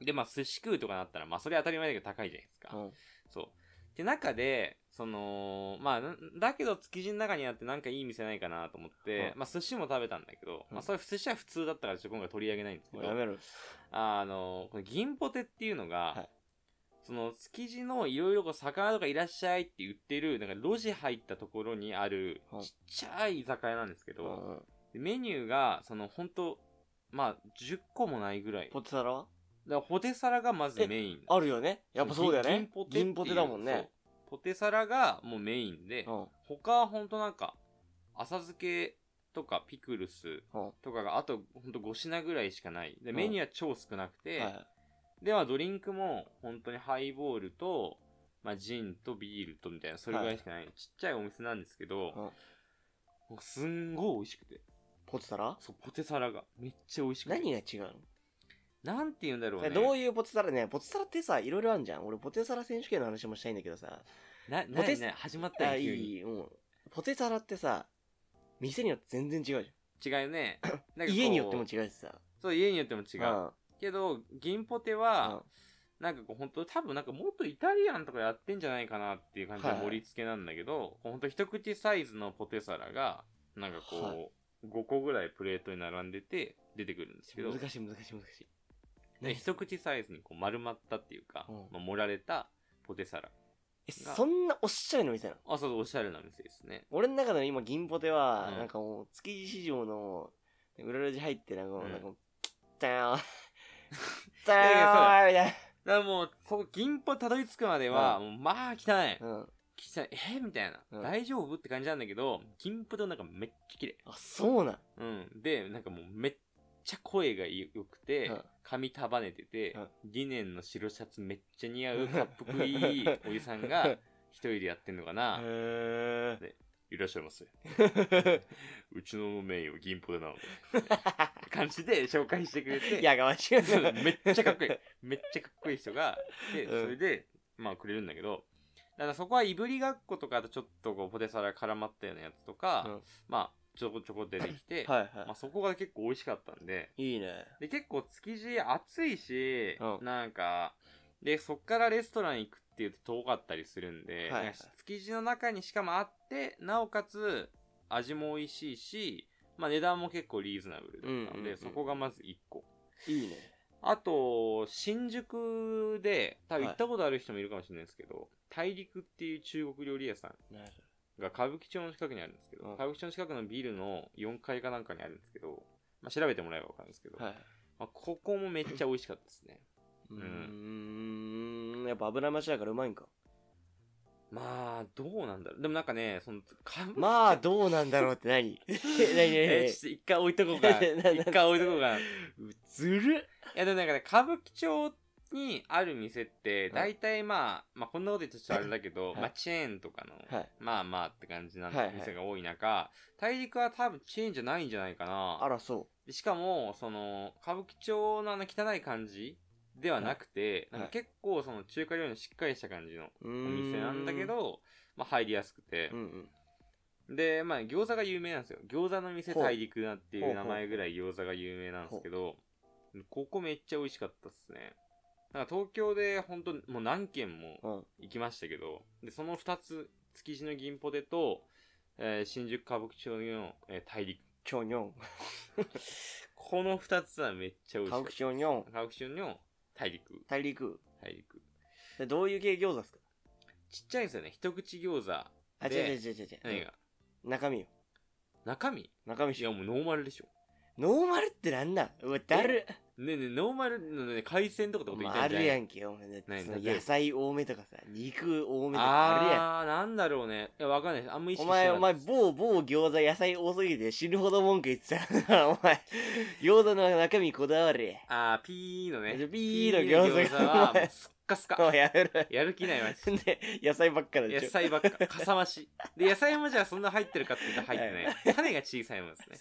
Speaker 2: うん。
Speaker 1: で、まあ寿司食うとかなったら、まあそれ当たり前だけど高いじゃないですか。
Speaker 2: うん。
Speaker 1: そう。って中で、その、まあ、なだけど築地の中にあってなんかいい店ないかなと思って、
Speaker 2: う
Speaker 1: まあ寿司も食べたんだけど、
Speaker 2: うん
Speaker 1: まあそれ寿司は普通だったからちょっと今回取り上げないんですけ
Speaker 2: も
Speaker 1: ど、
Speaker 2: うやめろ。
Speaker 1: あの、この銀ポテっていうのが、
Speaker 2: はい
Speaker 1: その築地のいろいろこう魚とかいらっしゃいって言ってる、なんか路地入ったところにある
Speaker 2: うん
Speaker 1: ちっちゃい居酒屋なんですけ
Speaker 2: う
Speaker 1: ど、
Speaker 2: ん。
Speaker 1: でメニューが、その本当まあ10個もないぐらい。だか
Speaker 2: ポテサラは
Speaker 1: らポテサラがまずメイン。
Speaker 2: あるよね。やっぱそうだよね。
Speaker 1: 銀
Speaker 2: 銀
Speaker 1: 銀
Speaker 2: ポ
Speaker 1: ポテってい
Speaker 2: テ
Speaker 1: う
Speaker 2: だもんね。。
Speaker 1: そうポテサラがもうメインで、
Speaker 2: うん。
Speaker 1: 他はほんとなんか、浅漬けとかピクルス
Speaker 2: うん。
Speaker 1: とかがあとほんと5品ぐらいしかない。で、
Speaker 2: うん
Speaker 1: メニューは超少なくて、
Speaker 2: はい
Speaker 1: で、まあドリンクも本当にハイボールと、まあジンとビールとみたいな、それぐらいしかない、ちっちゃいお店なんですけど、
Speaker 2: うん
Speaker 1: もうすんごい美味しくて。
Speaker 2: ポテサラ
Speaker 1: そう、ポテサラがめっちゃ美味しくて。
Speaker 2: 何が違うの
Speaker 1: なんて言うんだろうね。
Speaker 2: どういうポテサラね、ポテサラってさ、いろいろあるじゃん。俺、ポテサラ選手権の話もしたいんだけどさ。
Speaker 1: な、
Speaker 2: ポテ
Speaker 1: 何ね、始まったよ、
Speaker 2: あ、
Speaker 1: 急に。
Speaker 2: いい、うん。ポテサラってさ、店によって全然違うじ
Speaker 1: 違うね。なんかこ
Speaker 2: ゃん。
Speaker 1: う
Speaker 2: 家によっても違うしさ。
Speaker 1: そう、家によっても違う。
Speaker 2: ん。
Speaker 1: けど、銀ポテ
Speaker 2: うん
Speaker 1: は、なんかこう本当多分なんかもっとイタリアンとかやってんじゃないかなっていう感じの
Speaker 2: はい
Speaker 1: 盛り付けなんだけど、こう本当一口サイズのポテサラがなんか
Speaker 2: は
Speaker 1: こう、5個ぐらいプレートに並んでて出てくるんですけど
Speaker 2: 難しい難しい難しい。
Speaker 1: で一口サイズにこう丸まったっていうか、
Speaker 2: うん
Speaker 1: まあ、盛られたポテサラ
Speaker 2: え、
Speaker 1: が
Speaker 2: そんなおっしゃれの店なの
Speaker 1: あそうおしゃれな店ですね
Speaker 2: 俺の中の今、銀ポテは、
Speaker 1: うん
Speaker 2: なんかもう、築地市場の、裏路地入って、なんかもう、
Speaker 1: うん
Speaker 2: なんかもう、きった
Speaker 1: <laughs>
Speaker 2: よー。きった
Speaker 1: やいや
Speaker 2: よーみたい
Speaker 1: だからもうそこ銀ポたどり着くまでは、もうまあ汚い、
Speaker 2: な。うん。
Speaker 1: 汚いえーみたいな、
Speaker 2: うん
Speaker 1: 大丈夫って感じなんだけど銀ポとなんかめっちゃ綺麗
Speaker 2: あ、そうなん。
Speaker 1: うん、でなんかもうめっちゃ声が良くて、
Speaker 2: うん
Speaker 1: 髪束ねてて、
Speaker 2: うん
Speaker 1: リネンの白シャツめっちゃ似
Speaker 2: <laughs>
Speaker 1: 合うかっこいいおじさんが一人でやってんのかな、
Speaker 2: へー。
Speaker 1: いらっしゃいま
Speaker 2: <laughs>
Speaker 1: せうちのメインを銀ポでなの感じで紹介してくれて
Speaker 2: <laughs> いやがましい。
Speaker 1: そう <laughs> めっちゃかっこいいめっちゃかっこいい人がで
Speaker 2: うん
Speaker 1: それで、まあくれるんだけどだからそこはいぶりがっことかあとちょっとこうポテサラ絡まったようなやつとか、
Speaker 2: うん、
Speaker 1: まあちょこちょこ出てきて
Speaker 2: <laughs> はい
Speaker 1: まあ、
Speaker 2: は
Speaker 1: そこが結構美味しかったんで
Speaker 2: い。いいね。
Speaker 1: で結構築地暑いし、
Speaker 2: うん
Speaker 1: なんかでそっからレストラン行くっていうと遠かったりするんで、
Speaker 2: はいはい
Speaker 1: なんか築地の中にしかもあってなおかつ味も美味しいし、まあ、値段も結構リーズナブルだったんで、
Speaker 2: うんうんうん
Speaker 1: そこがまず1個
Speaker 2: いいね。
Speaker 1: あと新宿で多分
Speaker 2: はい
Speaker 1: 行ったことある人もいるかもしれないですけど、大陸っていう中国料理屋さん
Speaker 2: なる
Speaker 1: が歌舞伎町の近くにあるんですけど、
Speaker 2: うん
Speaker 1: 歌舞伎町の近くのビルの4階かなんかにあるんですけど、まあ、調べてもらえば分かるんですけど、
Speaker 2: ほど。はい。
Speaker 1: まあ、ここもめっちゃ美味しかったですね。
Speaker 2: うー
Speaker 1: ん
Speaker 2: ん。やっぱ油増しだからうまいんか。
Speaker 1: まあ、どうなんだろう。でもなんかね、その、かぶ
Speaker 2: <laughs> <laughs> まあ、どうなんだろうって <laughs> 何え
Speaker 1: <laughs>
Speaker 2: 何
Speaker 1: え
Speaker 2: 何
Speaker 1: ちょっと一回置いとこうか。
Speaker 2: <laughs>
Speaker 1: 一回置いとこうか。い
Speaker 2: 何ずる
Speaker 1: や、でもなんかね、歌舞伎町にある店って、
Speaker 2: ん
Speaker 1: 大体まあ、まあこんなこと言っちゃちょっとあれだけど、
Speaker 2: はい
Speaker 1: まあチェーンとかの、
Speaker 2: はい。
Speaker 1: まあまあって感じな
Speaker 2: はいはい
Speaker 1: 店が多い中、大陸は多分チェーンじゃないんじゃないか
Speaker 2: あ
Speaker 1: な。
Speaker 2: ら、そう。
Speaker 1: でしかも、その、歌舞伎町のあの汚い感じではなくて、
Speaker 2: はい
Speaker 1: なんか結構その中華料理のしっかりした感じの
Speaker 2: お
Speaker 1: お店なんだけ、ど、まあ入りやすくて、
Speaker 2: うんうん、
Speaker 1: で、まあ、餃子が有名なんですよ。餃子の店
Speaker 2: ほう
Speaker 1: 大陸なってい
Speaker 2: ほう
Speaker 1: う
Speaker 2: ほう
Speaker 1: 名前ぐらい餃子が有名なんですけど、ここめっちゃ美味しかったっすね。なんか東京で本当もう何軒も
Speaker 2: うん、
Speaker 1: 行きましたけど、で、その2つ、築地の銀ポテと、えー新宿歌舞伎町の、えー大陸。
Speaker 2: ちょにょん、
Speaker 1: この2つはめっちゃ美味し
Speaker 2: 歌
Speaker 1: かっ
Speaker 2: 舞
Speaker 1: た
Speaker 2: 伎。町にょん、
Speaker 1: 歌舞伎町の大陸。
Speaker 2: 大陸。
Speaker 1: 大陸。
Speaker 2: でどういう系餃子ですか
Speaker 1: ちっちゃいんですよね。一口餃子。
Speaker 2: あ、違う
Speaker 1: で
Speaker 2: 違う違う違う。
Speaker 1: 何が
Speaker 2: うん中身よ。
Speaker 1: 中身い
Speaker 2: 中身し
Speaker 1: や、もうノーマルでしょ。
Speaker 2: ノーマルってなんなんうわ、だる。
Speaker 1: ねえねえ、ノーマルのね、海鮮とかってこと言い
Speaker 2: ま
Speaker 1: たい
Speaker 2: あ、
Speaker 1: ん
Speaker 2: あ
Speaker 1: じゃな
Speaker 2: る
Speaker 1: い
Speaker 2: やんけ、お前ね。
Speaker 1: 何
Speaker 2: その
Speaker 1: 例えば
Speaker 2: 野菜多めとかさ、肉多めとかあるやん。
Speaker 1: あーなんだろうね。いや、わかんないです。あんま意識
Speaker 2: お
Speaker 1: してない。
Speaker 2: 前、お前、某某餃子野菜多すぎて死ぬほど文句言ってたからな、 <laughs> お前。餃子の中身こだわれ。
Speaker 1: あー、ピーのね。
Speaker 2: ピーの餃子が
Speaker 1: は
Speaker 2: お、前
Speaker 1: すっかす
Speaker 2: も
Speaker 1: か
Speaker 2: う。やめろ。 <laughs>
Speaker 1: やる気ないわ。
Speaker 2: で、野菜ばっかで
Speaker 1: 野
Speaker 2: しょ。
Speaker 1: 菜ばっか。かさ増し。で、野菜もじゃあそんな入ってるかって言ったら入ってない。種が小さいもんですね。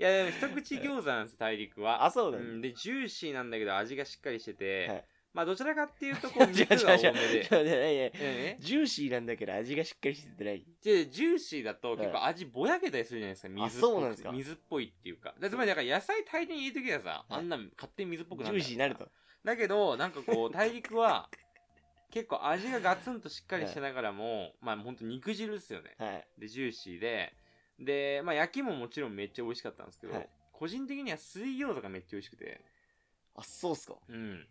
Speaker 1: いや、でも一口餃子なんです、大陸は。
Speaker 2: あ、そうだ
Speaker 1: う
Speaker 2: ね。
Speaker 1: んで、ジューシーなんだけど味がしっかりしてて、
Speaker 2: はい
Speaker 1: まあ、どちらかっていうと、こう、
Speaker 2: <laughs> 違う違う違
Speaker 1: 肉
Speaker 2: う
Speaker 1: が多め
Speaker 2: <laughs>
Speaker 1: で。
Speaker 2: そうじゃないね
Speaker 1: ええ
Speaker 2: ジューシーなんだけど味がしっかりしててない。
Speaker 1: でジューシーだと結構味ぼやけたりするじゃないですか、水っぽ
Speaker 2: そうなんで
Speaker 1: く
Speaker 2: す
Speaker 1: て
Speaker 2: か
Speaker 1: 水っぽいっていうかだつまりだから野菜大量に入れてきたらさ、
Speaker 2: は
Speaker 1: あ
Speaker 2: い
Speaker 1: んな勝手に水っぽく
Speaker 2: ジ
Speaker 1: な
Speaker 2: ュ
Speaker 1: る
Speaker 2: ーシーになると。
Speaker 1: だけど、なんかこう、大陸
Speaker 2: <laughs>
Speaker 1: は、結構味がガツンとしっかりしてながらも、まあほんと肉汁ですよね。
Speaker 2: はい。
Speaker 1: で、ジューシーで、で、まあ焼きももちろんめっちゃ美味しかったんですけど、
Speaker 2: はい
Speaker 1: 個人的には水餃子がめっちゃ美味しくて、
Speaker 2: あ、そうっすか。
Speaker 1: うん。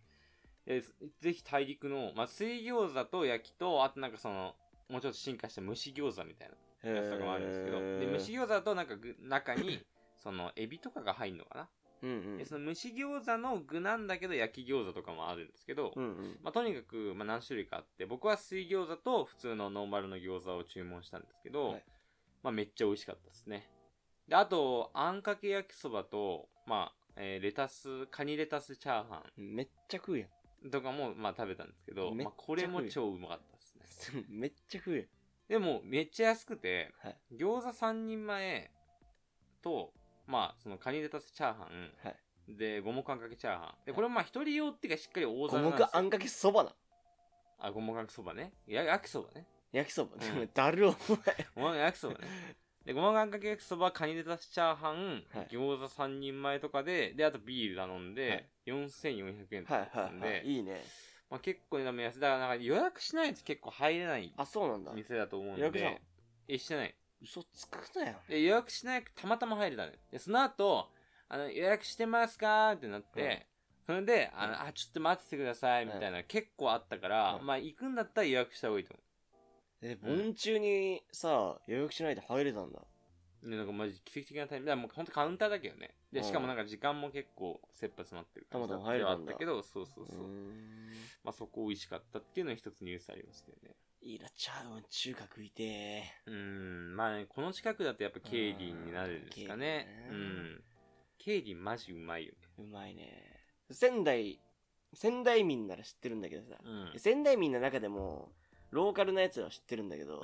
Speaker 1: でぜひ大陸の、まあ水餃子と焼きと、あとなんかその、もうちょっと進化した蒸し餃子みたい
Speaker 2: へ
Speaker 1: なやつとかもあるんですけど、で、蒸し餃子だとなんか具中
Speaker 2: <laughs>
Speaker 1: に、その、エビとかが入るのかな、
Speaker 2: うんうん
Speaker 1: で、。その蒸し餃子の具なんだけど、焼き餃子とかもあるんですけど、
Speaker 2: うんうん。
Speaker 1: まあ、とにかく、まあ、何種類かあって、僕は水餃子と普通のノーマルの餃子を注文したんですけど、
Speaker 2: はい
Speaker 1: まあ、めっちゃ美味しかったですね。で、あと、あんかけ焼きそばと、まあ、えーレタス、カニレタスチャーハ
Speaker 2: めっちゃ食うやん。 <laughs>
Speaker 1: ンとかも、まあ、食べたんですけど、
Speaker 2: めっち
Speaker 1: ま
Speaker 2: ゃ
Speaker 1: あ、これも超うまかったですね。 <laughs>
Speaker 2: めっちゃ食うやん。
Speaker 1: でも、めっちゃ安くて、
Speaker 2: はい
Speaker 1: 餃子3人前と、まあ、そのカニレタスチャーハン、
Speaker 2: はい
Speaker 1: で、五目あんかけチャーハン。で、これもまあ、一人用っていうか、しっかり大
Speaker 2: 五
Speaker 1: 皿なんですよ
Speaker 2: 目。あんかけそばな。
Speaker 1: あ、五目あんかけそばね。や焼きそばね。
Speaker 2: 焼きそば
Speaker 1: ん。
Speaker 2: でもだるお
Speaker 1: ごまが焼きそばね。で、ごまがあんかけ焼きそば、カニレタスチャーハン、
Speaker 2: はい
Speaker 1: 餃子3人前とかで、で、あとビール頼んで、
Speaker 2: はい
Speaker 1: 4400円と
Speaker 2: 前。
Speaker 1: かだ
Speaker 2: はい
Speaker 1: った
Speaker 2: は
Speaker 1: ん
Speaker 2: い
Speaker 1: で、
Speaker 2: はい。いいね。
Speaker 1: まあ、結構な目安だからなんか予約しないと結構入れない
Speaker 2: あ、そうなんだ。
Speaker 1: 店だと思うん
Speaker 2: 予約したの
Speaker 1: でえしてない
Speaker 2: 嘘つくなよ。
Speaker 1: で予約しないたまたま入れたのよでその後あの予約してますかってなって、それであの、
Speaker 2: うん
Speaker 1: あちょっと待っててくださいみたいな、結構あったから、
Speaker 2: うん
Speaker 1: まあ行くんだったら予約した方がいいと
Speaker 2: え、盆中にさ、予約しないで入れたんだ。
Speaker 1: 思うでなんかマジ奇跡的なタイミングだからもう本当カウンターだけどね
Speaker 2: う
Speaker 1: で
Speaker 2: ん
Speaker 1: しかもなんか時間も結構切羽詰まってる感じ
Speaker 2: たまたま入れたんだ
Speaker 1: ではあったけどそうそう
Speaker 2: う
Speaker 1: そう、
Speaker 2: ーん
Speaker 1: まあそこ美味しかったっていうのが一つニュースありましたよね
Speaker 2: いいな、チャーウン中華食いて
Speaker 1: う
Speaker 2: ー。
Speaker 1: ーんまあねこの近くだとやっぱケイリンになるんですかね
Speaker 2: う
Speaker 1: うんんケイリンマジうまいよね
Speaker 2: うまいね。仙台、仙台民なら知ってるんだけどさ
Speaker 1: う。ん
Speaker 2: 仙台民の中でも、ローカルなやつは知ってるんだけど、
Speaker 1: うん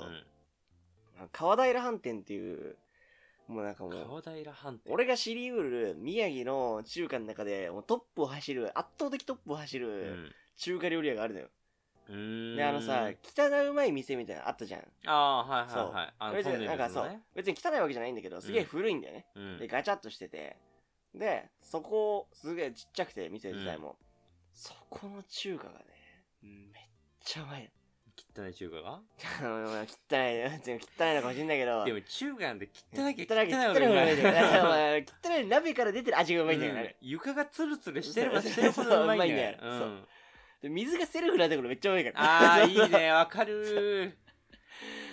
Speaker 2: 川平飯店っていう、もうなんかもう、
Speaker 1: 川平飯店
Speaker 2: 俺が知りうる宮城の中華の中でもうトップを走る、圧倒的トップを走
Speaker 1: う
Speaker 2: る
Speaker 1: ん
Speaker 2: 中華料理屋があるのよ。
Speaker 1: うーん
Speaker 2: で、あのさ、汚いうまい店みたいなのあったじゃん。
Speaker 1: ああー、はいはいはい。あの、
Speaker 2: 別
Speaker 1: トン
Speaker 2: に
Speaker 1: ネ
Speaker 2: なんか
Speaker 1: ルズ
Speaker 2: そ
Speaker 1: の
Speaker 2: う
Speaker 1: ね。、
Speaker 2: 別に汚いわけじゃないんだけど、すげえ古いんだよね。
Speaker 1: うん
Speaker 2: で、ガチャっとしてて。で、そこ、すげえちっちゃくて、店自体も。そこの中華がね、めっちゃうまいの。
Speaker 1: 汚い中華が
Speaker 2: あの汚い、汚いのかもしんないけど。
Speaker 1: でも中華なんて汚いき
Speaker 2: 汚い、汚い、汚い、
Speaker 1: 方が
Speaker 2: 汚い、
Speaker 1: うまい。
Speaker 2: 汚い、鍋から出てる味がうまいんだよね
Speaker 1: <laughs>
Speaker 2: あれ。 <laughs>
Speaker 1: 床がツルツルしてればしてるほどうまいんだよ。、
Speaker 2: そうううまいんだよそうんで水がセルフなんてことめっちゃうまいから。
Speaker 1: ああ、
Speaker 2: そうそう
Speaker 1: いい。ね、わかる
Speaker 2: <laughs>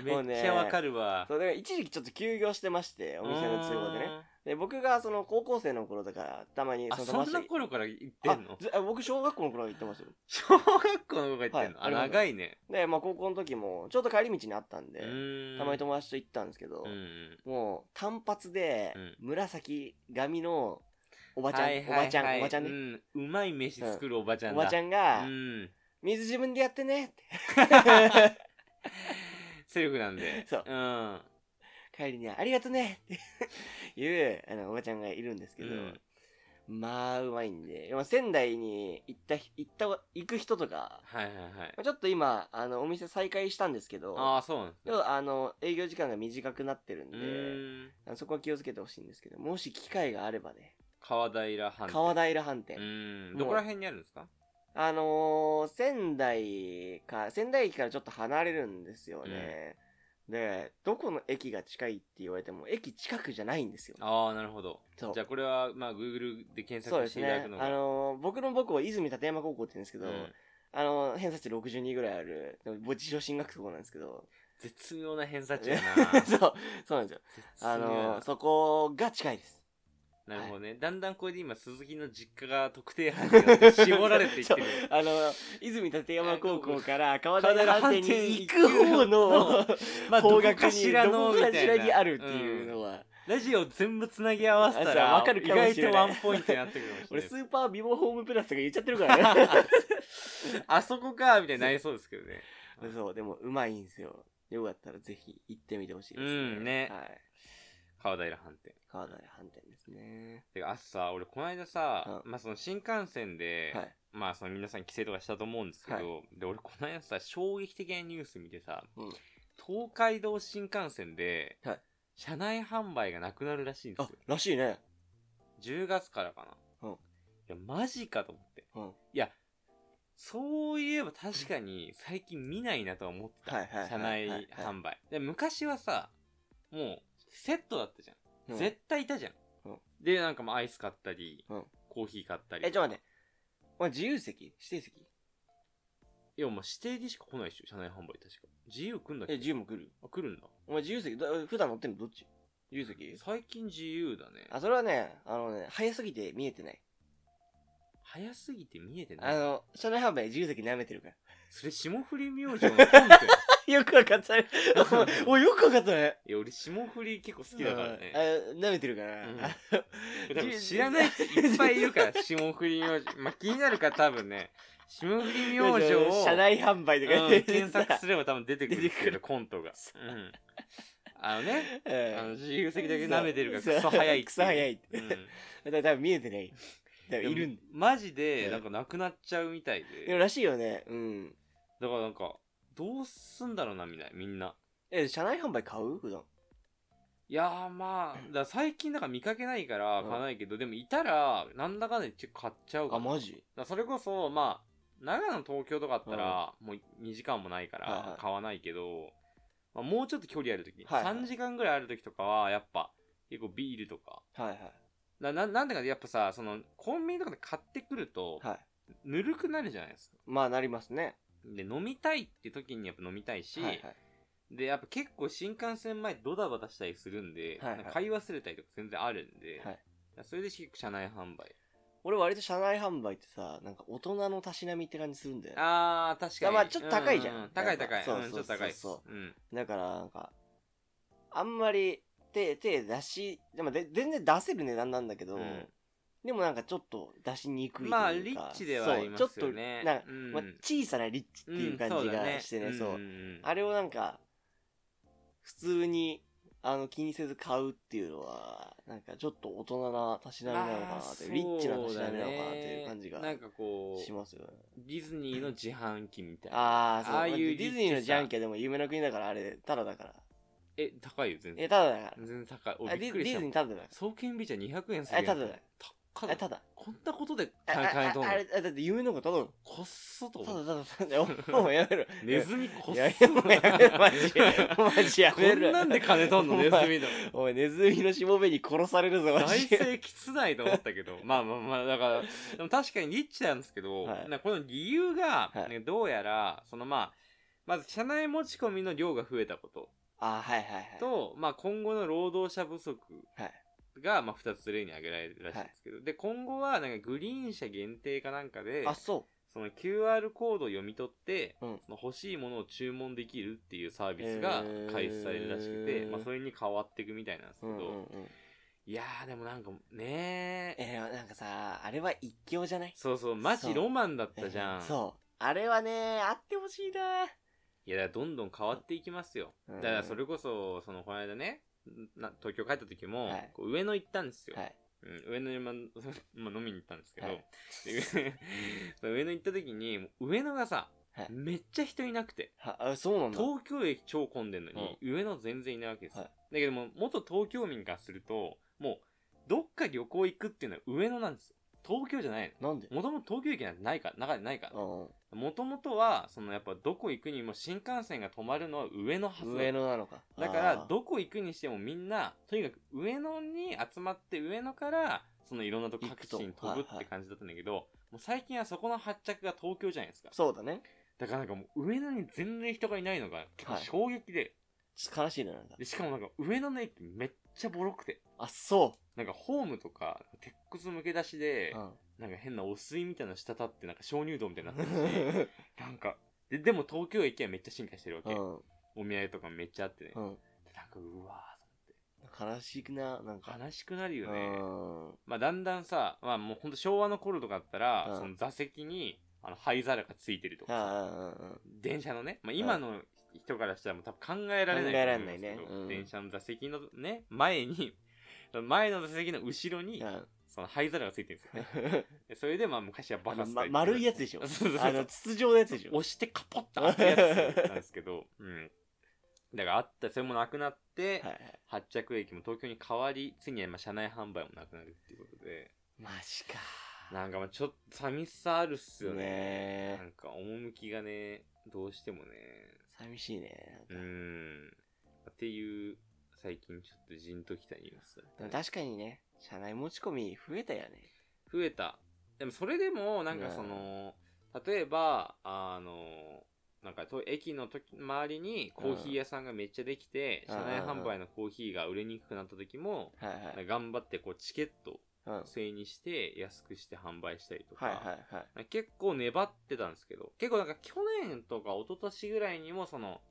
Speaker 2: もう
Speaker 1: ー。
Speaker 2: ね
Speaker 1: めっちゃわかるわ。
Speaker 2: そう、だから一時期ちょっと休業してまして、お店の都合でね。で、僕がその高校生の頃だから、たまに
Speaker 1: うーん。あ、
Speaker 2: の
Speaker 1: そん
Speaker 2: 友
Speaker 1: な
Speaker 2: 達と
Speaker 1: 頃から行って
Speaker 2: あ
Speaker 1: んの
Speaker 2: ずあ僕、小学校の頃は行ってますよ。
Speaker 1: 小学校の頃から行ってんの、
Speaker 2: はい
Speaker 1: あ、長いね。
Speaker 2: で、まあ高校の時も、ちょっと帰り道にあったん
Speaker 1: う
Speaker 2: で、
Speaker 1: ーん。
Speaker 2: たまに友達と行ったんですけど、
Speaker 1: うんうん。
Speaker 2: もう単発で
Speaker 1: うん
Speaker 2: 紫髪のおばちゃん、
Speaker 1: はいはいはい
Speaker 2: おばちゃん、おばちゃん
Speaker 1: う
Speaker 2: ね、
Speaker 1: ん。うまい飯作るおばちゃん
Speaker 2: お
Speaker 1: だ。
Speaker 2: ばちゃ
Speaker 1: ん
Speaker 2: んが、
Speaker 1: うん。
Speaker 2: 水自分でやってねって、
Speaker 1: セルフなんで。
Speaker 2: そう
Speaker 1: うん。
Speaker 2: 帰りにありがとね <laughs> っていうあのおばちゃんがいるんですけど、
Speaker 1: うん
Speaker 2: まあうまいんで、まあ、仙台に行った人、行った、行く人とか、
Speaker 1: はいはいはい。
Speaker 2: まあちょっと今、あの、お店再開したんですけど、
Speaker 1: ああ、そうなんです
Speaker 2: ち
Speaker 1: ね
Speaker 2: ょっとあの、営業時間が短くなってるん
Speaker 1: う
Speaker 2: で、
Speaker 1: ーん。
Speaker 2: あのそこは気をつけてほしいんですけど、もし機会があればね、
Speaker 1: 川平飯店。
Speaker 2: 川平飯店
Speaker 1: う、ーん。どこら辺にあるんですか
Speaker 2: あのー、仙台か、仙台駅からちょっと離れるんですよね。で、どこの駅が近いって言われても、駅近くじゃないんですよ。
Speaker 1: ああ、なるほど。
Speaker 2: そう
Speaker 1: じゃあこれは、まあ、Google で検索
Speaker 2: そうで
Speaker 1: し
Speaker 2: す
Speaker 1: ていただ
Speaker 2: ね
Speaker 1: くの。が。
Speaker 2: あのー、僕の僕は泉立山高校って言うんですけど、
Speaker 1: うん
Speaker 2: あのー、偏差値62ぐらいある、でもぼ自称進学校なんです
Speaker 1: <laughs>
Speaker 2: けど、
Speaker 1: 絶妙な偏差値や <laughs> な。
Speaker 2: そう、そうなんですよ。
Speaker 1: 絶妙
Speaker 2: あ
Speaker 1: や
Speaker 2: のー、
Speaker 1: な
Speaker 2: そこが近いです。
Speaker 1: なるほどね。だんだんこれで今、鈴木の実家が特定班になって絞られてい
Speaker 2: <laughs>
Speaker 1: ってる。
Speaker 2: あのー、泉立山高校から川
Speaker 1: 川
Speaker 2: 平
Speaker 1: 平
Speaker 2: 飯
Speaker 1: 飯
Speaker 2: 店
Speaker 1: 店
Speaker 2: に
Speaker 1: に
Speaker 2: 行く方の、 <laughs>
Speaker 1: まあ、ど
Speaker 2: 方
Speaker 1: こ
Speaker 2: 角
Speaker 1: かしらの、みたいな。
Speaker 2: にあるっていうのは、
Speaker 1: ラジオ全部つなぎ合わせた
Speaker 2: あじゃあ
Speaker 1: ら、
Speaker 2: わかるかもしれない
Speaker 1: 意外とワンポイントになってくるかもしれ
Speaker 2: 俺
Speaker 1: ない
Speaker 2: ス。ーパービボホームプラスとか言っちゃってるからね
Speaker 1: <laughs> あそこかみたいになりそうですけどね。
Speaker 2: そうでもうまいんですよよかったらぜひ行ってみてほしいです
Speaker 1: うんね
Speaker 2: はい
Speaker 1: 川平飯店。
Speaker 2: 川平飯店ですね
Speaker 1: てか、あとさ、俺この間さ、
Speaker 2: う
Speaker 1: まあその新幹線で、
Speaker 2: はい
Speaker 1: まあその皆さん帰省とかしたと思うんですけど、
Speaker 2: は
Speaker 1: で、俺この間さ、衝撃的なニュース見てさ、
Speaker 2: うん
Speaker 1: 東海道新幹線で、
Speaker 2: はい
Speaker 1: 車内販売がなくなるらしいんで
Speaker 2: あ
Speaker 1: すよ。
Speaker 2: らしいね
Speaker 1: 10月からかな。
Speaker 2: うん
Speaker 1: いや、マジかと思って。
Speaker 2: うんはい
Speaker 1: や、そういえば確かに最近見ないなとは思ってた。
Speaker 2: はいはいはい
Speaker 1: 車内販売。で昔はさ、もうセットだったじゃん。
Speaker 2: うん
Speaker 1: 絶対いたじゃん。
Speaker 2: うん
Speaker 1: で、なんかまあアイス買ったり、
Speaker 2: うん
Speaker 1: コーヒー買ったり。
Speaker 2: えちょっと待ってお前自由席指定席
Speaker 1: いや、もう指定でしか来ないでしょ、車内販売確か。自由来んだっけ
Speaker 2: え自由も来る
Speaker 1: あ、来るんだ。
Speaker 2: お前自由席だ普段乗ってんのどっち自由席
Speaker 1: 最近自由だね。
Speaker 2: あそれはねあのね早すぎて見えてない
Speaker 1: 早すぎて見えて
Speaker 2: あ
Speaker 1: ない。
Speaker 2: の車内販売自由席舐めてるから
Speaker 1: <laughs> それ霜降り明星のコン
Speaker 2: <laughs>
Speaker 1: トやん
Speaker 2: よくわかったね <laughs> おいよくわかったね
Speaker 1: いや、俺霜降り結構好きだからね
Speaker 2: あ。舐めてるから、
Speaker 1: うん
Speaker 2: あ
Speaker 1: 多分知らない人いっぱいいるから、 <laughs> 霜降り明星。まあ、気になるから多分ね、霜降り明
Speaker 2: <laughs>
Speaker 1: 星を、
Speaker 2: 車内販売とか
Speaker 1: うん検索すれば多分出てくるんですけど、コントが。うん。あのね、
Speaker 2: うん
Speaker 1: あの自由席だけ舐めてるから
Speaker 2: そう
Speaker 1: クソ早いっていう。
Speaker 2: クソ早いって
Speaker 1: うん。
Speaker 2: だから多分見えてない多分いるん
Speaker 1: でもマジ
Speaker 2: う
Speaker 1: で、
Speaker 2: ん
Speaker 1: なんかなくなっちゃうみたい
Speaker 2: でも
Speaker 1: で。
Speaker 2: らしいよねうん
Speaker 1: だからなんか、どうすんだろうな、みんな。みんな。
Speaker 2: え車内販売買う普段
Speaker 1: いやーまあ、だから最近なんか見かけないから買わないけど、でもいたら、なんだかんだ言って買っちゃうか
Speaker 2: あ
Speaker 1: ら。だか
Speaker 2: マジ
Speaker 1: らそれこそ、まあ、長野東京とかあったら、もう2時間もないか
Speaker 2: はいは
Speaker 1: ら
Speaker 2: い
Speaker 1: 買わないけど、まあ、もうちょっと距離ある時、
Speaker 2: はいはい
Speaker 1: 3時間ぐらいある時とかはやっぱ結構ビールとか
Speaker 2: はいはい。
Speaker 1: なななんでかってやっぱさそのコンビニとかで買ってくると、
Speaker 2: はい。
Speaker 1: ぬるくなるじゃないですか
Speaker 2: まあ、なりますね。
Speaker 1: で飲みたいって時にやっぱ飲みたいし、
Speaker 2: はいはい。
Speaker 1: でやっぱ結構新幹線前ドタバタしたりするんで、
Speaker 2: はいはい
Speaker 1: なんか買い忘れたりとか全然あるんで、
Speaker 2: はい
Speaker 1: それで結構車内販売
Speaker 2: 俺割と車内販売ってさ、なんか大人のたしなみって感じするんだよね。
Speaker 1: あー確かに
Speaker 2: まあちょっと高いじゃん
Speaker 1: うう高い高
Speaker 2: や
Speaker 1: い
Speaker 2: っぱそう
Speaker 1: うん
Speaker 2: そ
Speaker 1: ちょ
Speaker 2: う
Speaker 1: っと高い、
Speaker 2: そうそう
Speaker 1: ん、
Speaker 2: だから、なんか、あんまり手、手出し、でもで全然出せる値段なんだけど、
Speaker 1: うん
Speaker 2: でもなんかちょっと出しにくいというか。
Speaker 1: まあリッチではあります
Speaker 2: そう
Speaker 1: よ
Speaker 2: ちょ
Speaker 1: ね
Speaker 2: っと、なんか、
Speaker 1: うん
Speaker 2: まあ、小さなリッチっていう感じがしてね、そう。あ
Speaker 1: れ
Speaker 2: れをなんか、普通に、あの、気にせず買うっていうのは、なんかちょっと大人なたしなみなのかなという、リッチなたしなみなのかなという感じが
Speaker 1: なんかこ
Speaker 2: し
Speaker 1: う
Speaker 2: ますよね。
Speaker 1: ディズニーの自販機みたいな
Speaker 2: ああ、そう。
Speaker 1: ああいう
Speaker 2: まディズニーのじゃん
Speaker 1: け
Speaker 2: けんでも有名な国だから、あれ、タダだから。
Speaker 1: え高いよ全然
Speaker 2: え、タダだから
Speaker 1: 全然高い
Speaker 2: あ。
Speaker 1: 俺び
Speaker 2: デ
Speaker 1: っ
Speaker 2: ィ
Speaker 1: く
Speaker 2: デ
Speaker 1: り
Speaker 2: ィ
Speaker 1: し
Speaker 2: ズニー
Speaker 1: た
Speaker 2: タダだか
Speaker 1: 総券日じゃ200円するや
Speaker 2: ら。え、
Speaker 1: ん
Speaker 2: タダだ。
Speaker 1: 高っ
Speaker 2: え、タダ。
Speaker 1: こんなことで
Speaker 2: あ
Speaker 1: 買い替えとん
Speaker 2: あ
Speaker 1: の
Speaker 2: あれ、あだって夢の方がタダだもん。
Speaker 1: こっそと
Speaker 2: タ
Speaker 1: 思っ
Speaker 2: ダタダタダ。おお前やめろ。
Speaker 1: て <laughs> ネズミこっ
Speaker 2: いやい
Speaker 1: そ
Speaker 2: やもうやめろ、マジ。
Speaker 1: <laughs>
Speaker 2: マジや
Speaker 1: こ
Speaker 2: め
Speaker 1: ん
Speaker 2: ろ。
Speaker 1: なんで金とんの
Speaker 2: お
Speaker 1: ネ
Speaker 2: 前
Speaker 1: ズミの
Speaker 2: おい、ネズミのしもべに殺されるぞ、マ
Speaker 1: 財
Speaker 2: ジで。
Speaker 1: 政きつないと思ったけ
Speaker 2: <laughs>
Speaker 1: どまあまあまあだからでも確かにリッチなんですけど、
Speaker 2: は
Speaker 1: な
Speaker 2: い
Speaker 1: んかこの理由が、
Speaker 2: はい
Speaker 1: ねどうやらそのまあまず社内持ち込みの量が増えたこと
Speaker 2: あーはいはいはい。
Speaker 1: と、まあ、今後の労働者不足
Speaker 2: はい
Speaker 1: が、まあ、2つ例に挙げられるらしいんですけど、で今後はなんかグリーン車限定かなんかで
Speaker 2: あ、そ
Speaker 1: その QR コードを読み取って、
Speaker 2: うん
Speaker 1: その欲しいものを注文できるっていうサービスが開始されるらしくて、
Speaker 2: へー
Speaker 1: まあ、それに変わっていくみたいなんですけ
Speaker 2: う。う
Speaker 1: ど、
Speaker 2: んうんうん。
Speaker 1: いやーでもなんかねー
Speaker 2: えー、なんかさ、あれは一興じゃない
Speaker 1: そうそうマ
Speaker 2: そ
Speaker 1: ジ
Speaker 2: う
Speaker 1: ロマンだったじゃん、
Speaker 2: えーそう。あれはね、あってほしいな。
Speaker 1: いやだからどんどん変わっていきますよ、
Speaker 2: うん
Speaker 1: だからそれこそそのこの間ねな東京帰った時も、
Speaker 2: はい
Speaker 1: こう上野行ったんですよ、
Speaker 2: はい。
Speaker 1: うん、上野に、ま、 <laughs> ま飲みに行ったんですけど、
Speaker 2: は
Speaker 1: で
Speaker 2: い
Speaker 1: <laughs> そう上野行った時にもう上野がさ、
Speaker 2: はい
Speaker 1: めっちゃ人いなくて
Speaker 2: はあ、そうなんだ。
Speaker 1: 東京駅超混んでんのに、上野全然いないわけですよ、
Speaker 2: はい
Speaker 1: だけども元東京民からするともうどっか旅行行くっていうのは上野なんですよ東京じゃない
Speaker 2: なんで
Speaker 1: のもともと東京駅なんてないから中でないから
Speaker 2: うんうん
Speaker 1: もともとは、そのやっぱどこ行くにも新幹線が止まるのは上のはず
Speaker 2: 上野なのか。
Speaker 1: だから
Speaker 2: あ、ー
Speaker 1: どこ行くにしてもみんな、とにかく上野に集まって上野から、そのいろんなとこ
Speaker 2: 行
Speaker 1: 各
Speaker 2: く
Speaker 1: 地
Speaker 2: と
Speaker 1: に飛ぶ
Speaker 2: はい
Speaker 1: っ
Speaker 2: は
Speaker 1: て
Speaker 2: い
Speaker 1: 感じだったんだけど、もう最近はそこの発着が東京じゃないですか。
Speaker 2: そうだね。
Speaker 1: だからなんかもう上野に全然人がいないのが結構
Speaker 2: はい
Speaker 1: 衝撃で、
Speaker 2: 悲しいね、なんだ
Speaker 1: で。しかもなんか上野の駅めっちゃボロくて、
Speaker 2: あ、そ
Speaker 1: なんかホームとか、鉄骨むけ出し
Speaker 2: う。
Speaker 1: で
Speaker 2: う、ん。
Speaker 1: なんか変なお水みたいなの滴ってなんか鍾乳洞みたいになってるし、なんか、ででも東京駅はめっちゃ進化してるわけ。
Speaker 2: <laughs> うん。
Speaker 1: お土産とかめっちゃあってね。
Speaker 2: うん。
Speaker 1: なんか、うわ
Speaker 2: 悲しいな、なんか。
Speaker 1: ー悲しくなる
Speaker 2: う
Speaker 1: よね。
Speaker 2: ん。
Speaker 1: まあ、だんだんさ、まあ、もうほんと昭和の頃とかだったら、
Speaker 2: うん
Speaker 1: その座席に、あの、灰皿がついてるとかさ、
Speaker 2: ああ、
Speaker 1: 電車のね、まあ、今の人からしたらもう多分考えられない
Speaker 2: 考え
Speaker 1: と
Speaker 2: ら
Speaker 1: 思
Speaker 2: れ
Speaker 1: うん
Speaker 2: な
Speaker 1: です
Speaker 2: いね
Speaker 1: けど、
Speaker 2: うん
Speaker 1: 電車の座席のね、前に、 <laughs> 前の座席の後ろに
Speaker 2: う、ん。
Speaker 1: その灰皿がついてるんです
Speaker 2: <laughs>
Speaker 1: よね。でそれで、まあ、昔はバ
Speaker 2: あ
Speaker 1: カ
Speaker 2: の、
Speaker 1: ス
Speaker 2: ま
Speaker 1: カ
Speaker 2: 丸いやつでしょ
Speaker 1: <laughs> そう。そうそう
Speaker 2: あの、筒状のやつでしょ。
Speaker 1: 押してカポッと開くやつなんですけど、うん。だからあった、それもなくなって、
Speaker 2: はいはい。
Speaker 1: 発着駅も東京に変わり、ついには今車内販売もなくなるっていうことで、
Speaker 2: マジか。
Speaker 1: なんかまあちょっと寂しさあるっすよね。
Speaker 2: ねえ
Speaker 1: なんか趣がね、どうしてもね、
Speaker 2: 寂しいね。
Speaker 1: う
Speaker 2: なんか
Speaker 1: ん。っていう、最近ちょっとじんときたニュースだった
Speaker 2: で
Speaker 1: ね
Speaker 2: も確かにね、社内持ち込み増えたよね。
Speaker 1: 増えた。でもそれでも、なんかその、例えば、あの、なんかと駅の時周りにコーヒー屋さんがめっちゃできて、
Speaker 2: うん
Speaker 1: 車内販売のコーヒーが売れにくくなった時も、
Speaker 2: はいはい。
Speaker 1: 頑張ってこうチケット
Speaker 2: うん。はい
Speaker 1: 制にして安くして販売したりとか、
Speaker 2: はいはい。
Speaker 1: 結構粘ってたんですけど結構なんか去年とか一昨年ぐらいにもその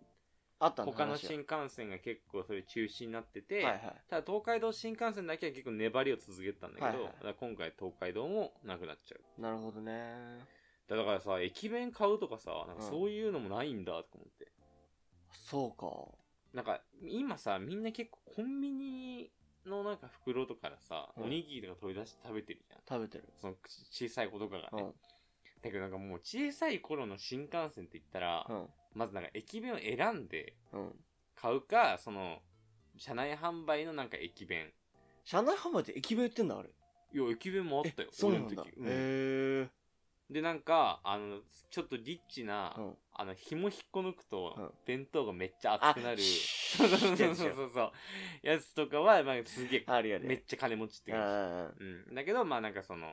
Speaker 2: あった
Speaker 1: 他の
Speaker 2: 話は
Speaker 1: 新幹線が結構そういう中止になってて、
Speaker 2: はいはい。
Speaker 1: ただ東海道新幹線だけは結構粘りを続けてたんだけど、
Speaker 2: はいはい
Speaker 1: だから今回東海道もなくなっちゃう
Speaker 2: なるほどね。
Speaker 1: だだからさ駅弁買うとかさなんか
Speaker 2: うん
Speaker 1: そういうのもないんだとか思って、
Speaker 2: そうか。
Speaker 1: なんか今さみんな結構コンビニのなんか袋とかからさ、
Speaker 2: うん
Speaker 1: おにぎりとか取り出して食べてるじゃん
Speaker 2: 食べてる。
Speaker 1: その小さい子とかがね、
Speaker 2: うん。
Speaker 1: だけどなんかもう小さい頃の新幹線って言ったら、
Speaker 2: うん。
Speaker 1: まずなんか駅弁を選んで
Speaker 2: うん。
Speaker 1: 買うかその車内販売のなんか駅弁
Speaker 2: 車内販売って駅弁売ってんだ、あれ。
Speaker 1: いや駅弁もあったよ
Speaker 2: えそうなんだ。
Speaker 1: 俺の時うん
Speaker 2: へえ。
Speaker 1: で、なんか、あの、ちょっとリッチな、
Speaker 2: うん
Speaker 1: あの、紐引っこ抜くと、
Speaker 2: うん
Speaker 1: 弁当がめっちゃ
Speaker 2: あ
Speaker 1: 熱くなる。
Speaker 2: シ
Speaker 1: そう
Speaker 2: ー
Speaker 1: そう
Speaker 2: って
Speaker 1: そ
Speaker 2: や
Speaker 1: う
Speaker 2: つよ
Speaker 1: そうそう。やつとかは、まあ、すげえ、
Speaker 2: あるよね
Speaker 1: めっちゃ金持ちって
Speaker 2: うんう
Speaker 1: 感
Speaker 2: んうん
Speaker 1: じ。うん。だけど、まあなんかその、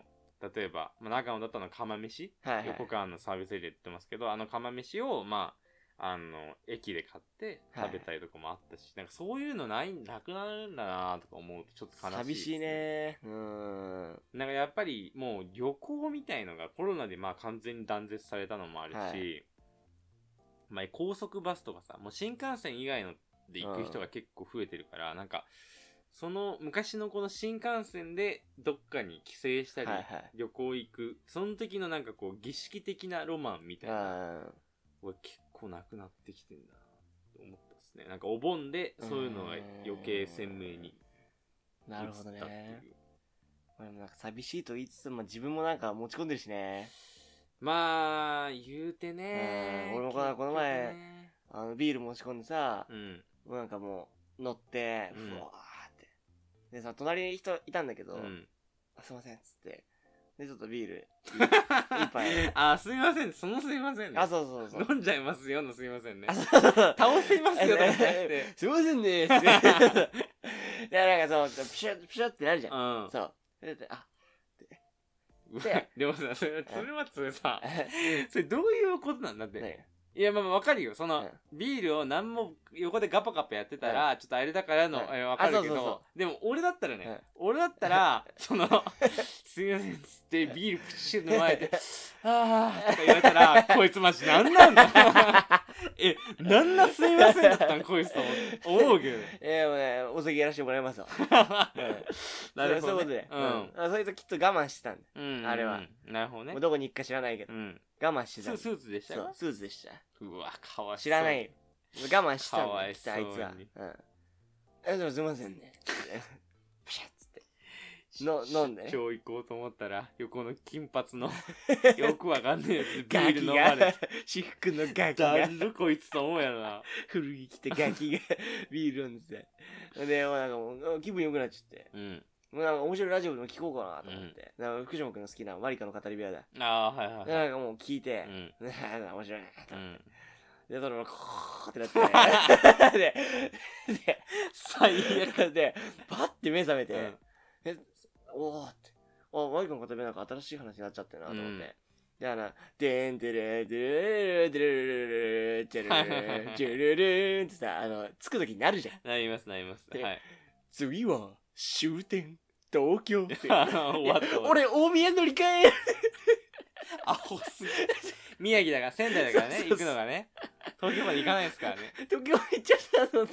Speaker 1: 例えば、まあ、長野だったの釜飯、
Speaker 2: はいはい
Speaker 1: 横川のサービスエリアで言ってますけど、あの釜飯を、まあ、あの、駅で買って食べたりとかもあったし、なんかそういうのない、なくなるんだなとか思うとちょっと悲しい、
Speaker 2: 寂しい。ねうんは
Speaker 1: なんかやっぱりもう旅行みたいのがコロナでまあ完全に断絶されたのもあるし、
Speaker 2: は
Speaker 1: まあ高速バスとかさ、もう新幹線以外ので行く人が結構増えてるから、なんか、その昔のこの新幹線でどっかに帰省した
Speaker 2: い
Speaker 1: り、
Speaker 2: はい
Speaker 1: 旅行行く、その時のなんかこう儀式的なロマンみたいな、
Speaker 2: あ
Speaker 1: 俺結構なくなってきてんだなと思ったですね。なんかお盆でそういうのが余計鮮明に
Speaker 2: ー
Speaker 1: 映
Speaker 2: なるほど
Speaker 1: ったっていう。
Speaker 2: ね俺もなんか寂しいと言いつつも自分もなんか持ち込んでるしね
Speaker 1: まあ、言うてね。
Speaker 2: うん俺もこの
Speaker 1: 結局
Speaker 2: この前
Speaker 1: ね
Speaker 2: あのビール持ち込んでさ
Speaker 1: うん。
Speaker 2: もうなんかもう乗って
Speaker 1: うん
Speaker 2: ふわーってでさ隣に人いたんだけど、
Speaker 1: うん。
Speaker 2: あすいませんっつってでちょっとビール
Speaker 1: 一
Speaker 2: 杯。
Speaker 1: <laughs> あ、すいません。そのすいませんね。
Speaker 2: あそうそうそう
Speaker 1: 飲んじゃいますよのすいませんね
Speaker 2: あ。そう
Speaker 1: 倒せ <laughs> ますよとかじゃなくて。
Speaker 2: すいませんね <laughs> ーっつってでなんかそうピシャッピシャッってなるじゃん
Speaker 1: うん。
Speaker 2: そう。でであ、
Speaker 1: うわ
Speaker 2: で
Speaker 1: でもさ、それそれはそれさ、それどういうことなんだっ
Speaker 2: <laughs> ね
Speaker 1: て。いや、まあまあわかるよ。その
Speaker 2: うん、
Speaker 1: ビールを何も横でガパガパやってたら、ちょっとあれだからの、
Speaker 2: うん
Speaker 1: えわかるけ
Speaker 2: あそうそう
Speaker 1: ど
Speaker 2: そ、
Speaker 1: でも俺だったら
Speaker 2: う
Speaker 1: ね
Speaker 2: ん、
Speaker 1: 俺だったら、その、 <laughs> すいませんっつってビールプチュッ飲まれて、あーとか言われたら、こいつマジなんなんだ <laughs> え、なんなすいませんだったんこいつと思う思うけどね。
Speaker 2: えー、もうね、お酒やらせてもらいますわ。
Speaker 1: <laughs> なるほど、ね。
Speaker 2: そういうことで。
Speaker 1: う
Speaker 2: うんあそいつきっと我慢してたんだよ。
Speaker 1: ん。うん。
Speaker 2: あれは
Speaker 1: うん。なるほどね
Speaker 2: もう。どこに行くか知らないけど
Speaker 1: う、ん。
Speaker 2: 我慢してた
Speaker 1: ス
Speaker 2: んだ
Speaker 1: スーツでした
Speaker 2: そう
Speaker 1: よ。
Speaker 2: スーツでした。
Speaker 1: うわ、かわいそう。
Speaker 2: 知らないよ。我慢してたん
Speaker 1: かわ
Speaker 2: だよ、
Speaker 1: い
Speaker 2: きっ
Speaker 1: そ
Speaker 2: と
Speaker 1: う
Speaker 2: あい
Speaker 1: に
Speaker 2: つは。うん。え、でもすいませんね。ピシャッつって。の飲んでね
Speaker 1: 今日行こうと思ったら横の金髪
Speaker 2: <laughs>
Speaker 1: のよくわかんねえやつビ
Speaker 2: ガ
Speaker 1: ール
Speaker 2: キ
Speaker 1: 飲まれ
Speaker 2: が
Speaker 1: て、
Speaker 2: <laughs> 私服のガキ
Speaker 1: だ
Speaker 2: が、
Speaker 1: るこいつと思うやろな
Speaker 2: 古着着てガキがビール飲んでて。で、もうなんかもう気分良くなっちゃって。
Speaker 1: うん
Speaker 2: もうなんか面白いラジオでも聞こうかなと思って。だから福島君の好きなマリカの語り部屋だ。
Speaker 1: ああーはいはい
Speaker 2: で
Speaker 1: はい
Speaker 2: なんかもう聞いて、
Speaker 1: うん
Speaker 2: ねえ面白いなと
Speaker 1: う
Speaker 2: 思って。
Speaker 1: ん
Speaker 2: で、そのままコーってなって、で、で、
Speaker 1: 最
Speaker 2: 悪で、パッて目覚めて、
Speaker 1: うん
Speaker 2: えおーって、あ、マイクの片目なんか新しい話になっちゃってるなと思って。で、あの、でんでれでれでれでれでれでれでれでれってさ、あの、つくときになるじゃん。
Speaker 1: なりますなります
Speaker 2: で <laughs>
Speaker 1: はい
Speaker 2: 次は終点、東京っ
Speaker 1: <laughs>
Speaker 2: て。
Speaker 1: 終わった終わった
Speaker 2: 俺、大宮乗り換え <laughs>
Speaker 1: アホすぎ宮城だから仙台だからね
Speaker 2: そうそ
Speaker 1: 行
Speaker 2: うそ
Speaker 1: く
Speaker 2: う
Speaker 1: のがね東京まで行かないですからね
Speaker 2: 東京まで行っちゃったので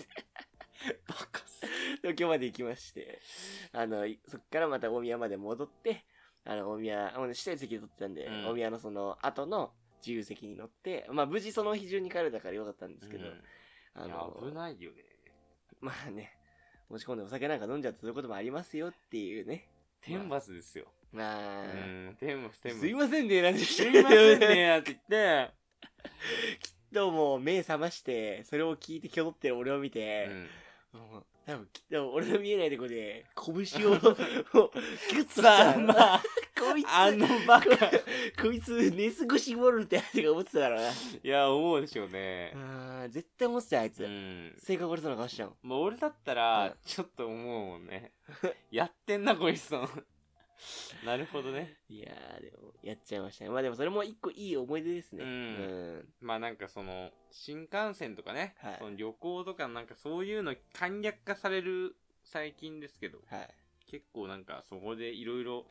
Speaker 1: バカす
Speaker 2: <laughs> 東京まで行きまして、あの、いそっからまた大宮まで戻って、あの、大宮、あのね指定席取ってたんで、
Speaker 1: うん
Speaker 2: 大宮のその後の自由席に乗って、まあ無事その日中に帰れたからよかったんですけど、あの、
Speaker 1: 危ないよね
Speaker 2: まあね、持ち込んでお酒なんか飲んじゃってそういうこともありますよっていうね。
Speaker 1: 天罰ですよ
Speaker 2: ま
Speaker 1: う
Speaker 2: あ、
Speaker 1: ん天罰天罰
Speaker 2: すいませんね、なんて。
Speaker 1: すいませんねやって言っ
Speaker 2: <laughs> どうも、目覚まして、それを聞いて、きょどってる俺を見
Speaker 1: て
Speaker 2: て、
Speaker 1: うん
Speaker 2: もう多分きっと俺の見えないとこで、拳を、 <laughs> もうギュッとした
Speaker 1: さあまあ
Speaker 2: こいつ、
Speaker 1: あのバカ
Speaker 2: <laughs> こいつ、寝過ごしボルってやつが思ってたからな。
Speaker 1: いや思うでしょうね
Speaker 2: あー絶対思ってたよあいつ。
Speaker 1: うん
Speaker 2: 性格悪そうな顔しちゃうもん。
Speaker 1: まあ、俺だった
Speaker 2: うん
Speaker 1: ら、ちょっと思うもんね。 <laughs> やってんな、こいつの。 <laughs> なるほどね。
Speaker 2: いやー、でも、やっちゃいましたね。まあでも、それも一個いい思い出ですね。
Speaker 1: うん
Speaker 2: ん。
Speaker 1: まあなんかその、新幹線とかね、
Speaker 2: はい
Speaker 1: その旅行とかなんかそういうの簡略化される最近ですけど、
Speaker 2: はい。
Speaker 1: 結構なんかそこでいろいろ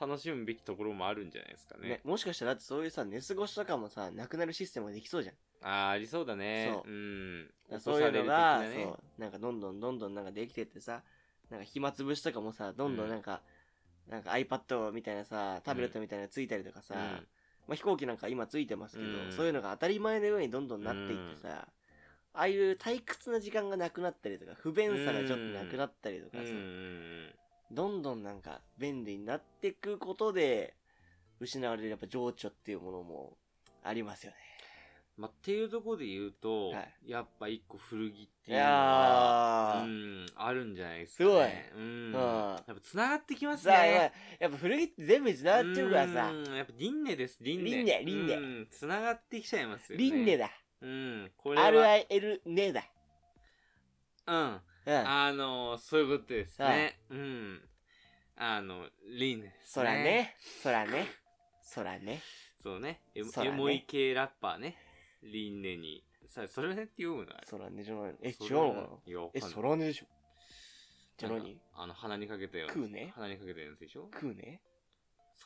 Speaker 1: 楽しむべきところもあるんじゃないですかね。
Speaker 2: ね、もしかしたら、だってそういうさ、寝過ごしとかもさ、なくなるシステムができそうじゃん。
Speaker 1: ああ、ありそうだね。。
Speaker 2: そう
Speaker 1: ん。
Speaker 2: だから
Speaker 1: 落と
Speaker 2: そうい
Speaker 1: さ
Speaker 2: う
Speaker 1: れる
Speaker 2: の
Speaker 1: 的
Speaker 2: が、
Speaker 1: なね
Speaker 2: そう、なんかどんどんどんどんなんかできてってさ、なんか暇つぶしとかもさ、どんどんなんか、なんか iPad みたいなさ、タブレットみたいなのついたりとかさ、
Speaker 1: うん
Speaker 2: まあ、飛行機なんか今ついてますけど、
Speaker 1: うん
Speaker 2: そういうのが当たり前のようにどんどんなっていってさ、ああいう退屈な時間がなくなったりとか不便さがちょっとなくなったりとか
Speaker 1: うん
Speaker 2: さ、
Speaker 1: うんうん。
Speaker 2: どんどんなんか便利になっていくことで失われるやっぱ情緒っていうものもありますよね。
Speaker 1: まあ、っていうところで言うと、
Speaker 2: はい
Speaker 1: やっぱ一個古着ってい
Speaker 2: い
Speaker 1: うのは、
Speaker 2: や
Speaker 1: う
Speaker 2: ー
Speaker 1: ん、あるんじゃないですか、ね。すごい。うん。
Speaker 2: ん
Speaker 1: やっぱ繋がってきます
Speaker 2: さあやっ
Speaker 1: ね。
Speaker 2: ぱやっぱ古着って全部に繋がってるからさ
Speaker 1: うんやっぱ輪廻です、輪廻。
Speaker 2: 輪廻輪廻
Speaker 1: うん。繋がってきちゃいますよね。
Speaker 2: 輪廻
Speaker 1: だ。
Speaker 2: だ
Speaker 1: うん。これは、
Speaker 2: RIL ねだ
Speaker 1: うん。
Speaker 2: うん
Speaker 1: あのー、そういうことです
Speaker 2: は
Speaker 1: ね。うん。あの、輪廻です、
Speaker 2: そら。ねそらねそらね
Speaker 1: そうね。エモ
Speaker 2: そうだね
Speaker 1: エモい系ラッパーね。輪廻に。さそれねって読むのあれ。
Speaker 2: そらねじゃないのえ違うのかない
Speaker 1: や、わか
Speaker 2: え
Speaker 1: んない
Speaker 2: そらねでしょじゃあ
Speaker 1: なん
Speaker 2: 何
Speaker 1: かあの、鼻にかけたよ。
Speaker 2: 食うね
Speaker 1: 鼻にかけたやつでしょ
Speaker 2: 食うね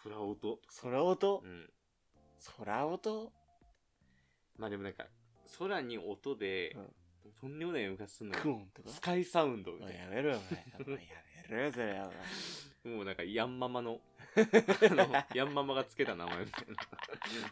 Speaker 1: 空音。
Speaker 2: 空音
Speaker 1: うん。
Speaker 2: 空音
Speaker 1: まあでもなんか、空に音で、とんでもない昔すんのよ
Speaker 2: クオンとか
Speaker 1: スカイサウンドみ
Speaker 2: お
Speaker 1: た
Speaker 2: い
Speaker 1: い
Speaker 2: やめろよお前お前やめろよそれは
Speaker 1: な。もうなんか、ヤンママ
Speaker 2: <laughs>
Speaker 1: の、あのヤンママがつけた名前みたい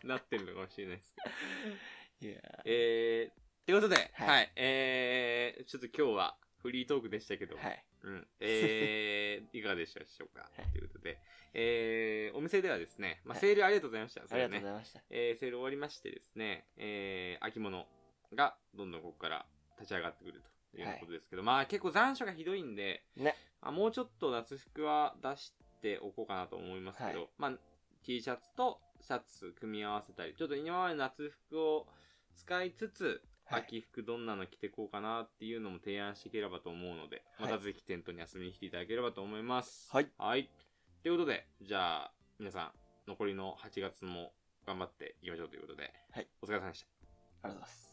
Speaker 1: な、な <laughs> ってるのかもしれないですけど。
Speaker 2: お前いや
Speaker 1: えー、ってことで、は、
Speaker 2: はいい
Speaker 1: えー、ちょっと今日はフリートークでしたけど、
Speaker 2: はい
Speaker 1: うん。え
Speaker 2: <laughs>
Speaker 1: ー、いかがでしたでしょうか、
Speaker 2: はい
Speaker 1: ということで、えー、お店ではですね、まあ、
Speaker 2: はい
Speaker 1: セールありがとうございました。
Speaker 2: ありがとう
Speaker 1: ね
Speaker 2: ございました
Speaker 1: えーセール終わりましてですね、えー秋物がどんどんここから立ち上がってくるというようなことですけど、まあ結構残暑がひどいんで、
Speaker 2: ね
Speaker 1: まあ、もうちょっと夏服は出しておこうかなと思いますけど、
Speaker 2: は
Speaker 1: まあ T シャツとシャツ組み合わせたり、ちょっと今までの夏服を使いつつ、
Speaker 2: はい
Speaker 1: 秋服どんなの着てこうかなっていうのも提案していければと思うので、ま
Speaker 2: は
Speaker 1: た
Speaker 2: い
Speaker 1: ぜひテントに遊びに来ていただければと思います。
Speaker 2: はい。
Speaker 1: はい。ということで、じゃあ、皆さん、残りの8月も頑張っていきましょうということで、
Speaker 2: はい。
Speaker 1: お疲れ様でした。
Speaker 2: ありがとうございます